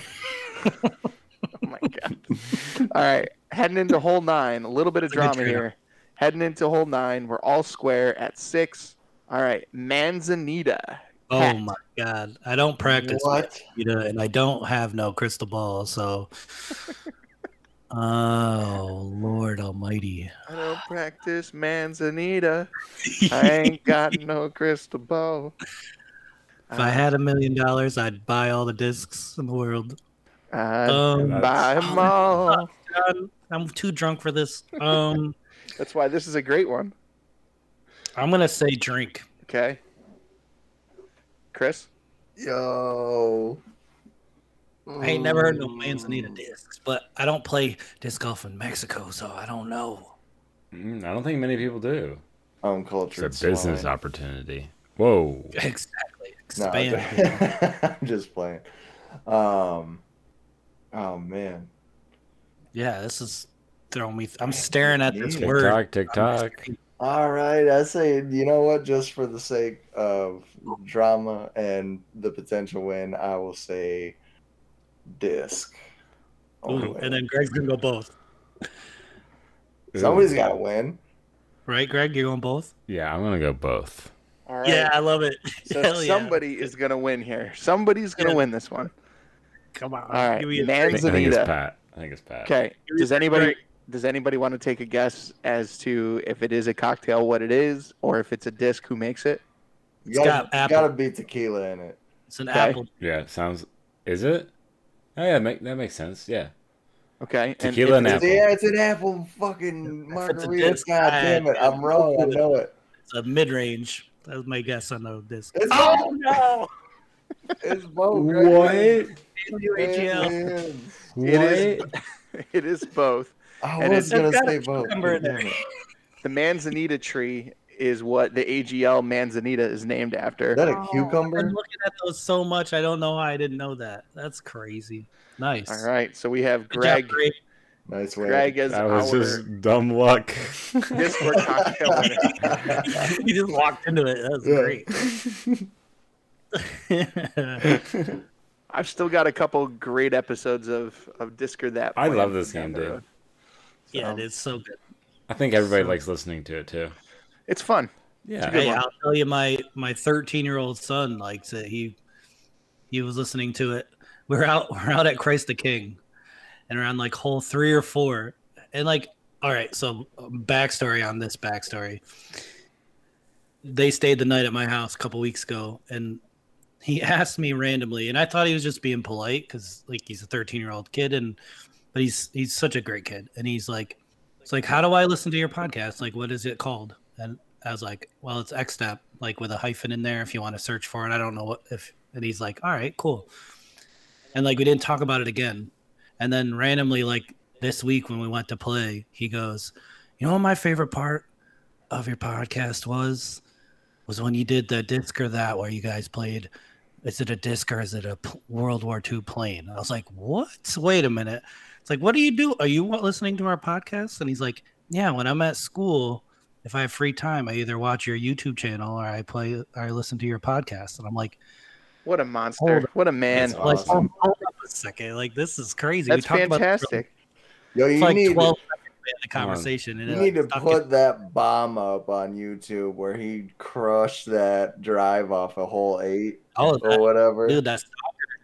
[SPEAKER 2] Oh my god. all right, heading into hole nine. A little bit of
[SPEAKER 4] It's a good
[SPEAKER 2] drama here. Heading into hole nine. We're all square at six. All right, Manzanita.
[SPEAKER 4] Oh
[SPEAKER 2] Hat.
[SPEAKER 4] my god! I don't practice,
[SPEAKER 3] What?
[SPEAKER 4] Vegeta, and I don't have no crystal ball, so. oh Lord Almighty!
[SPEAKER 2] I don't practice Manzanita. I ain't got no crystal ball.
[SPEAKER 4] If I had a million dollars, I'd buy all the discs in the world.
[SPEAKER 2] I'd
[SPEAKER 4] Um,
[SPEAKER 2] buy 'em all.
[SPEAKER 4] God, I'm too drunk for this. Um,
[SPEAKER 2] That's why this is a great one.
[SPEAKER 4] I'm gonna say drink.
[SPEAKER 2] Okay. Chris?
[SPEAKER 3] Yo.
[SPEAKER 4] I ain't never heard no
[SPEAKER 2] Mm.
[SPEAKER 4] Manzanita discs, but I don't play disc golf in Mexico, so I don't know.
[SPEAKER 5] Mm, I don't think many people do. It's a
[SPEAKER 3] Uncultured.
[SPEAKER 5] business
[SPEAKER 3] swine.
[SPEAKER 5] opportunity. Whoa.
[SPEAKER 4] Exactly.
[SPEAKER 3] No,
[SPEAKER 4] Expand.
[SPEAKER 3] I'm just playing. Um. Oh man.
[SPEAKER 4] Yeah, this is throwing me. I'm staring at this
[SPEAKER 3] Yeah.
[SPEAKER 4] word.
[SPEAKER 5] TikTok, TikTok.
[SPEAKER 3] All right, I say, you know what? Just for the sake of drama and the potential win, I will say disc.
[SPEAKER 4] Ooh,
[SPEAKER 3] Only.
[SPEAKER 4] and then Greg's gonna go both.
[SPEAKER 3] Somebody's got to win.
[SPEAKER 4] Right, Greg? You're going both?
[SPEAKER 5] Yeah, I'm gonna go both.
[SPEAKER 2] All right.
[SPEAKER 4] Yeah, I love it.
[SPEAKER 2] So
[SPEAKER 4] Hell yeah.
[SPEAKER 2] somebody is gonna win here. Somebody's gonna
[SPEAKER 4] Yeah.
[SPEAKER 2] win this one.
[SPEAKER 4] Come on.
[SPEAKER 2] All right,
[SPEAKER 4] Give me a
[SPEAKER 5] I
[SPEAKER 2] man-
[SPEAKER 4] drink.
[SPEAKER 5] think, I think it's
[SPEAKER 2] Zanita.
[SPEAKER 5] Pat. I think it's Pat.
[SPEAKER 2] Okay.
[SPEAKER 4] Give me
[SPEAKER 2] Does
[SPEAKER 4] a
[SPEAKER 2] anybody
[SPEAKER 4] drink.
[SPEAKER 2] does anybody want to take a guess as to if it is a cocktail, what it is, or if it's a disc, who makes it?
[SPEAKER 3] You
[SPEAKER 4] It's
[SPEAKER 3] gotta,
[SPEAKER 4] got apple.
[SPEAKER 3] gotta be tequila in it.
[SPEAKER 4] It's an
[SPEAKER 2] Okay.
[SPEAKER 4] apple.
[SPEAKER 5] Yeah, it sounds. Is it? Oh yeah, make, that makes sense. Yeah.
[SPEAKER 2] Okay.
[SPEAKER 5] Tequila
[SPEAKER 2] if
[SPEAKER 5] and
[SPEAKER 2] it
[SPEAKER 5] apple.
[SPEAKER 3] Yeah, it's an apple fucking
[SPEAKER 4] If it's a
[SPEAKER 3] margarita.
[SPEAKER 4] disc,
[SPEAKER 3] God
[SPEAKER 4] I-
[SPEAKER 3] damn it. I'm wrong. I know it.
[SPEAKER 4] It's a mid range. That was my guess on the disc.
[SPEAKER 3] It's,
[SPEAKER 2] Oh no!
[SPEAKER 3] it's
[SPEAKER 2] Oh,
[SPEAKER 3] both.
[SPEAKER 4] UHL.
[SPEAKER 2] It is- It is both.
[SPEAKER 3] I
[SPEAKER 2] And it's-
[SPEAKER 3] was going
[SPEAKER 4] It's
[SPEAKER 3] to
[SPEAKER 4] got
[SPEAKER 3] say
[SPEAKER 4] a
[SPEAKER 3] both.
[SPEAKER 4] cucumber in
[SPEAKER 3] Damn
[SPEAKER 4] there.
[SPEAKER 3] it.
[SPEAKER 2] The Manzanita tree is what the AGL Manzanita is named after.
[SPEAKER 3] Is that a
[SPEAKER 6] Oh,
[SPEAKER 4] I've been
[SPEAKER 3] cucumber?
[SPEAKER 4] looking at those so much. I don't know how I didn't know that. That's crazy. Nice.
[SPEAKER 2] All right, so we have
[SPEAKER 4] Good job,
[SPEAKER 2] Greg.
[SPEAKER 4] Greg.
[SPEAKER 3] Nice way.
[SPEAKER 2] Greg as
[SPEAKER 5] That
[SPEAKER 2] our
[SPEAKER 5] was just dumb luck.
[SPEAKER 2] Discord cocktail winner.
[SPEAKER 4] you just walked into it. That was
[SPEAKER 3] Yeah.
[SPEAKER 4] great.
[SPEAKER 2] I've still got a couple great episodes of of Disc or That.
[SPEAKER 5] I love
[SPEAKER 2] planned
[SPEAKER 5] this game,
[SPEAKER 2] down the
[SPEAKER 5] dude.
[SPEAKER 2] road.
[SPEAKER 4] yeah,
[SPEAKER 2] So,
[SPEAKER 4] it is so good.
[SPEAKER 5] I think everybody
[SPEAKER 4] So-
[SPEAKER 5] likes listening to it too.
[SPEAKER 2] It's fun.
[SPEAKER 5] Yeah.
[SPEAKER 4] Hey, I'll tell you, my my 13 year old son likes it. He he was listening to it. We're out we're out at Christ the King, and around like hole three or four, and like all right. So um, backstory on this backstory. They stayed the night at my house a couple weeks ago, and he asked me randomly, and I thought he was just being polite because like he's a 13 year old kid, and but he's he's such a great kid, and he's like, it's like how do I listen to your podcast? Like what is it called? And I was like, well, it's Xtep, like with a hyphen in there if you want to search for it. I don't know what if. And he's like, all right, cool. And like, we didn't talk about it again. And then randomly, like this week when we went to play, he goes, you know what my favorite part of your podcast was? Was when you did the disc or that where you guys played. Is it a disc or is it a p- World War II plane? I was like, what? Wait a minute. It's like, what do you do? Are you listening to our podcast? And he's like, yeah, when I'm at school, if I have free time, I either watch your YouTube channel or I play or I listen to your podcast. And I'm like,
[SPEAKER 2] What a monster! What a man!
[SPEAKER 3] That's
[SPEAKER 4] like
[SPEAKER 3] Awesome.
[SPEAKER 4] oh, hold up a second, like this is crazy.
[SPEAKER 2] That's
[SPEAKER 4] talked about this for
[SPEAKER 2] fantastic.
[SPEAKER 3] Yo, you
[SPEAKER 4] like
[SPEAKER 3] need,
[SPEAKER 4] 12 seconds in the
[SPEAKER 5] Come on.
[SPEAKER 4] conversation. And
[SPEAKER 3] you
[SPEAKER 4] it,
[SPEAKER 3] need to
[SPEAKER 4] like, stuck in-
[SPEAKER 3] put that bomb up on YouTube where he crushed that drive off a hole eight
[SPEAKER 4] oh,
[SPEAKER 3] or
[SPEAKER 4] that,
[SPEAKER 3] whatever.
[SPEAKER 4] dude, that's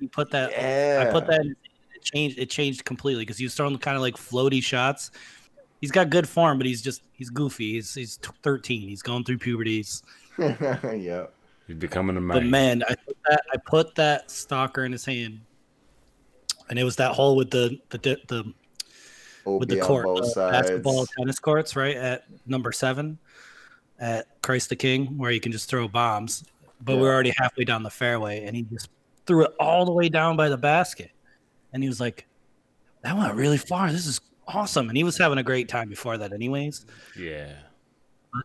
[SPEAKER 4] you put that.
[SPEAKER 3] yeah.
[SPEAKER 4] I put that. In, it changed. It changed completely because he was throwing kind of like floaty shots. he's got good form, but he's just he's goofy. He's he's t- thirteen. He's going through puberty. He's-
[SPEAKER 3] yeah.
[SPEAKER 5] He's becoming a man.
[SPEAKER 4] But man, I put that I put that stalker in his hand, and it was that hole with the the the, the
[SPEAKER 3] Opie
[SPEAKER 4] with the
[SPEAKER 3] on
[SPEAKER 4] court,
[SPEAKER 3] both
[SPEAKER 4] the
[SPEAKER 3] sides.
[SPEAKER 4] basketball tennis courts, right at number seven, at Christ the King, where you can just throw bombs. But we
[SPEAKER 3] Yeah.
[SPEAKER 4] were already halfway down the fairway, and he just threw it all the way down by the basket, and he was like, "That went really far. This is awesome." And he was having a great time before that, anyways.
[SPEAKER 5] Yeah.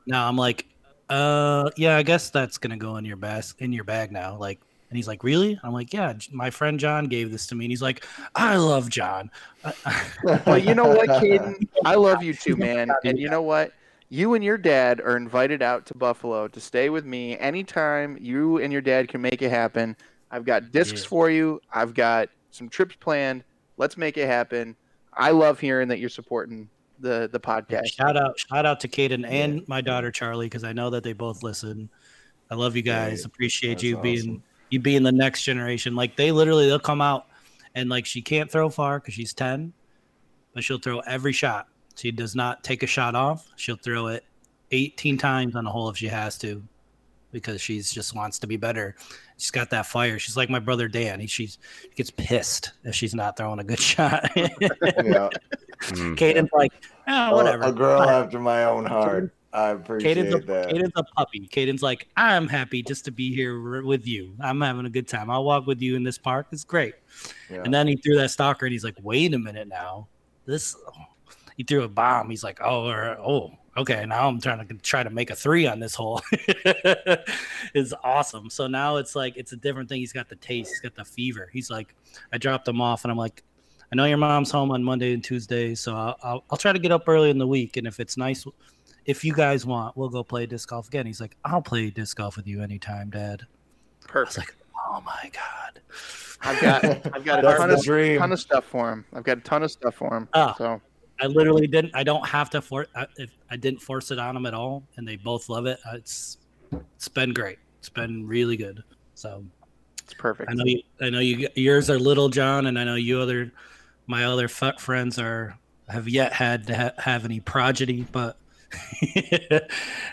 [SPEAKER 4] Now I'm like, uh, yeah, I guess that's gonna go in your bas- in your bag now. Like, and he's like, really? I'm like, yeah. J- My friend John gave this to me, and he's like, I love John.
[SPEAKER 2] Well, you know what, Caden? I love you too, man. And you know what? You and your dad are invited out to Buffalo to stay with me anytime you and your dad can make it happen. I've got discs
[SPEAKER 4] Yeah.
[SPEAKER 2] for you. I've got some trips planned. Let's make it happen. I love hearing that you're supporting the the podcast.
[SPEAKER 4] Shout out, shout out to Caden and my daughter Charlie because I know that they both listen. I love you guys.
[SPEAKER 3] Right.
[SPEAKER 4] Appreciate
[SPEAKER 3] That's
[SPEAKER 4] you being
[SPEAKER 3] awesome.
[SPEAKER 4] you being the next generation. Like they literally, they'll come out and like she can't throw far because she's ten, but she'll throw every shot. She does not take a shot off. She'll throw it eighteen times on the hole if she has to, because she's just wants to be better. She's got that fire. She's like my brother Dan. He, she's he gets pissed if she's not throwing a good shot.
[SPEAKER 3] yeah.
[SPEAKER 5] Mm.
[SPEAKER 4] Caden's like, oh, whatever.
[SPEAKER 3] A girl after my own heart. I appreciate
[SPEAKER 4] Caden's a,
[SPEAKER 3] that.
[SPEAKER 4] Caden's a puppy. Caden's like, I'm happy just to be here r- with you. I'm having a good time. I'll walk with you in this park. It's great.
[SPEAKER 3] Yeah.
[SPEAKER 4] And then he threw that stalker and he's like, wait a minute now. This, oh." he threw a bomb. He's like, oh, or, oh, okay. Now I'm trying to try to make a three on this hole. it's awesome. So now it's like, it's a different thing. He's got the taste, he's got the fever. He's like, I dropped him off and I'm like, I know your mom's home on Monday and Tuesday, so I'll, I'll, I'll try to get up early in the week. And if it's nice, if you guys want, we'll go play disc golf again. He's like, I'll play disc golf with you anytime, Dad. I was
[SPEAKER 2] Perfect.
[SPEAKER 4] like, oh my God.
[SPEAKER 2] I've got I've got a
[SPEAKER 3] That's
[SPEAKER 2] ton
[SPEAKER 3] the
[SPEAKER 2] of,
[SPEAKER 3] dream.
[SPEAKER 2] ton of stuff for him. I've got a ton of stuff for him.
[SPEAKER 4] Ah.
[SPEAKER 2] So
[SPEAKER 4] I literally didn't, I don't have to force, I, if, I didn't force it on them at all. And they both love it. Uh, It's, it's been great. It's been really good. So
[SPEAKER 2] it's perfect.
[SPEAKER 4] I know you, I know you, yours are little John, and I know you other, my other fuck friends are, have yet had to ha- have any progeny, but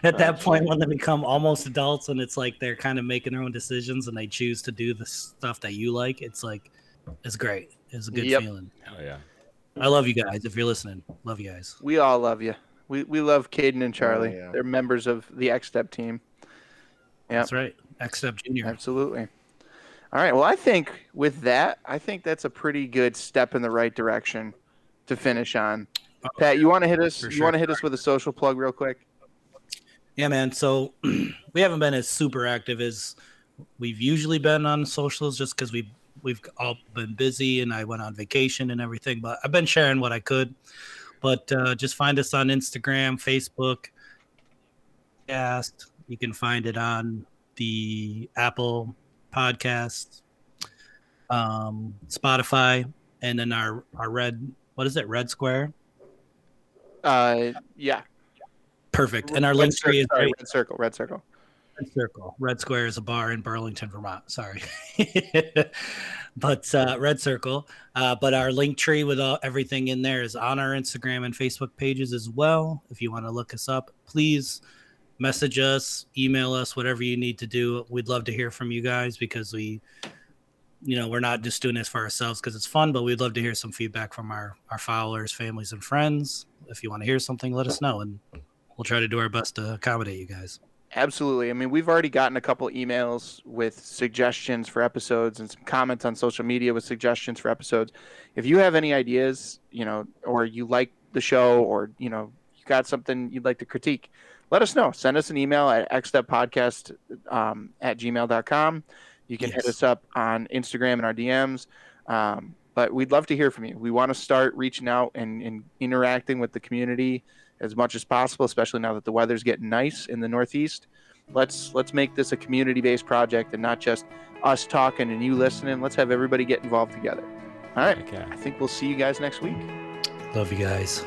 [SPEAKER 4] at that point, when they become almost adults and it's like they're kind of making their own decisions and they choose to do the stuff that you like, it's like, it's great. It's a good
[SPEAKER 2] Yep.
[SPEAKER 4] feeling.
[SPEAKER 5] Hell yeah.
[SPEAKER 4] I love you guys. If you're listening, love you guys.
[SPEAKER 2] We all love you. We we love Caden and Charlie.
[SPEAKER 3] Oh, yeah.
[SPEAKER 2] They're members of the X Step team.
[SPEAKER 4] That's right. Except Junior.
[SPEAKER 2] Absolutely. All right. Well, I think with that, I think that's a pretty good step in the right direction to finish on. Pat, you want to hit us?
[SPEAKER 4] Oh, For
[SPEAKER 2] you
[SPEAKER 4] sure.
[SPEAKER 2] want to hit us with a social plug real quick?
[SPEAKER 4] Yeah, man. So we haven't been as super active as we've usually been on socials, just because we we've all been busy and I went on vacation and everything. But I've been sharing what I could. But uh, just find us on Instagram, Facebook, podcast. You can find it on the Apple Podcast, um, Spotify, and then our our red what is it? Red Square.
[SPEAKER 2] Uh, yeah.
[SPEAKER 4] Perfect. And our
[SPEAKER 2] Red
[SPEAKER 4] link
[SPEAKER 2] Circle-
[SPEAKER 4] tree is
[SPEAKER 2] sorry,
[SPEAKER 4] right
[SPEAKER 2] red circle. Red circle.
[SPEAKER 4] Red Circle. Red Square is a bar in Burlington, Vermont. Sorry, but uh, Red Circle. Uh, but our link tree with all, everything in there is on our Instagram and Facebook pages as well. If you want to look us up, please message us, email us, whatever you need to do. We'd love to hear from you guys because we, you know, we're not just doing this for ourselves because it's fun, but we'd love to hear some feedback from our our followers, families, and friends. If you want to hear something, let us know, and we'll try to do our best to accommodate you guys.
[SPEAKER 2] Absolutely. I mean, we've already gotten a couple emails with suggestions for episodes and some comments on social media with suggestions for episodes. If you have any ideas, you know, or you like the show or, you know, you got something you'd like to critique, let us know. Send us an email at xsteppodcast um, at gmail.com. You can hit
[SPEAKER 4] Yes.
[SPEAKER 2] us up on Instagram and our DMs. Um, but we'd love to hear from you. We want to start reaching out and, and interacting with the community as much as possible, especially now that the weather's getting nice in the Northeast. Let's let's make this a community-based project and not just us talking and you listening. Let's have everybody get involved together. All right.
[SPEAKER 5] Okay.
[SPEAKER 2] I think we'll see you guys next week.
[SPEAKER 4] Love you guys.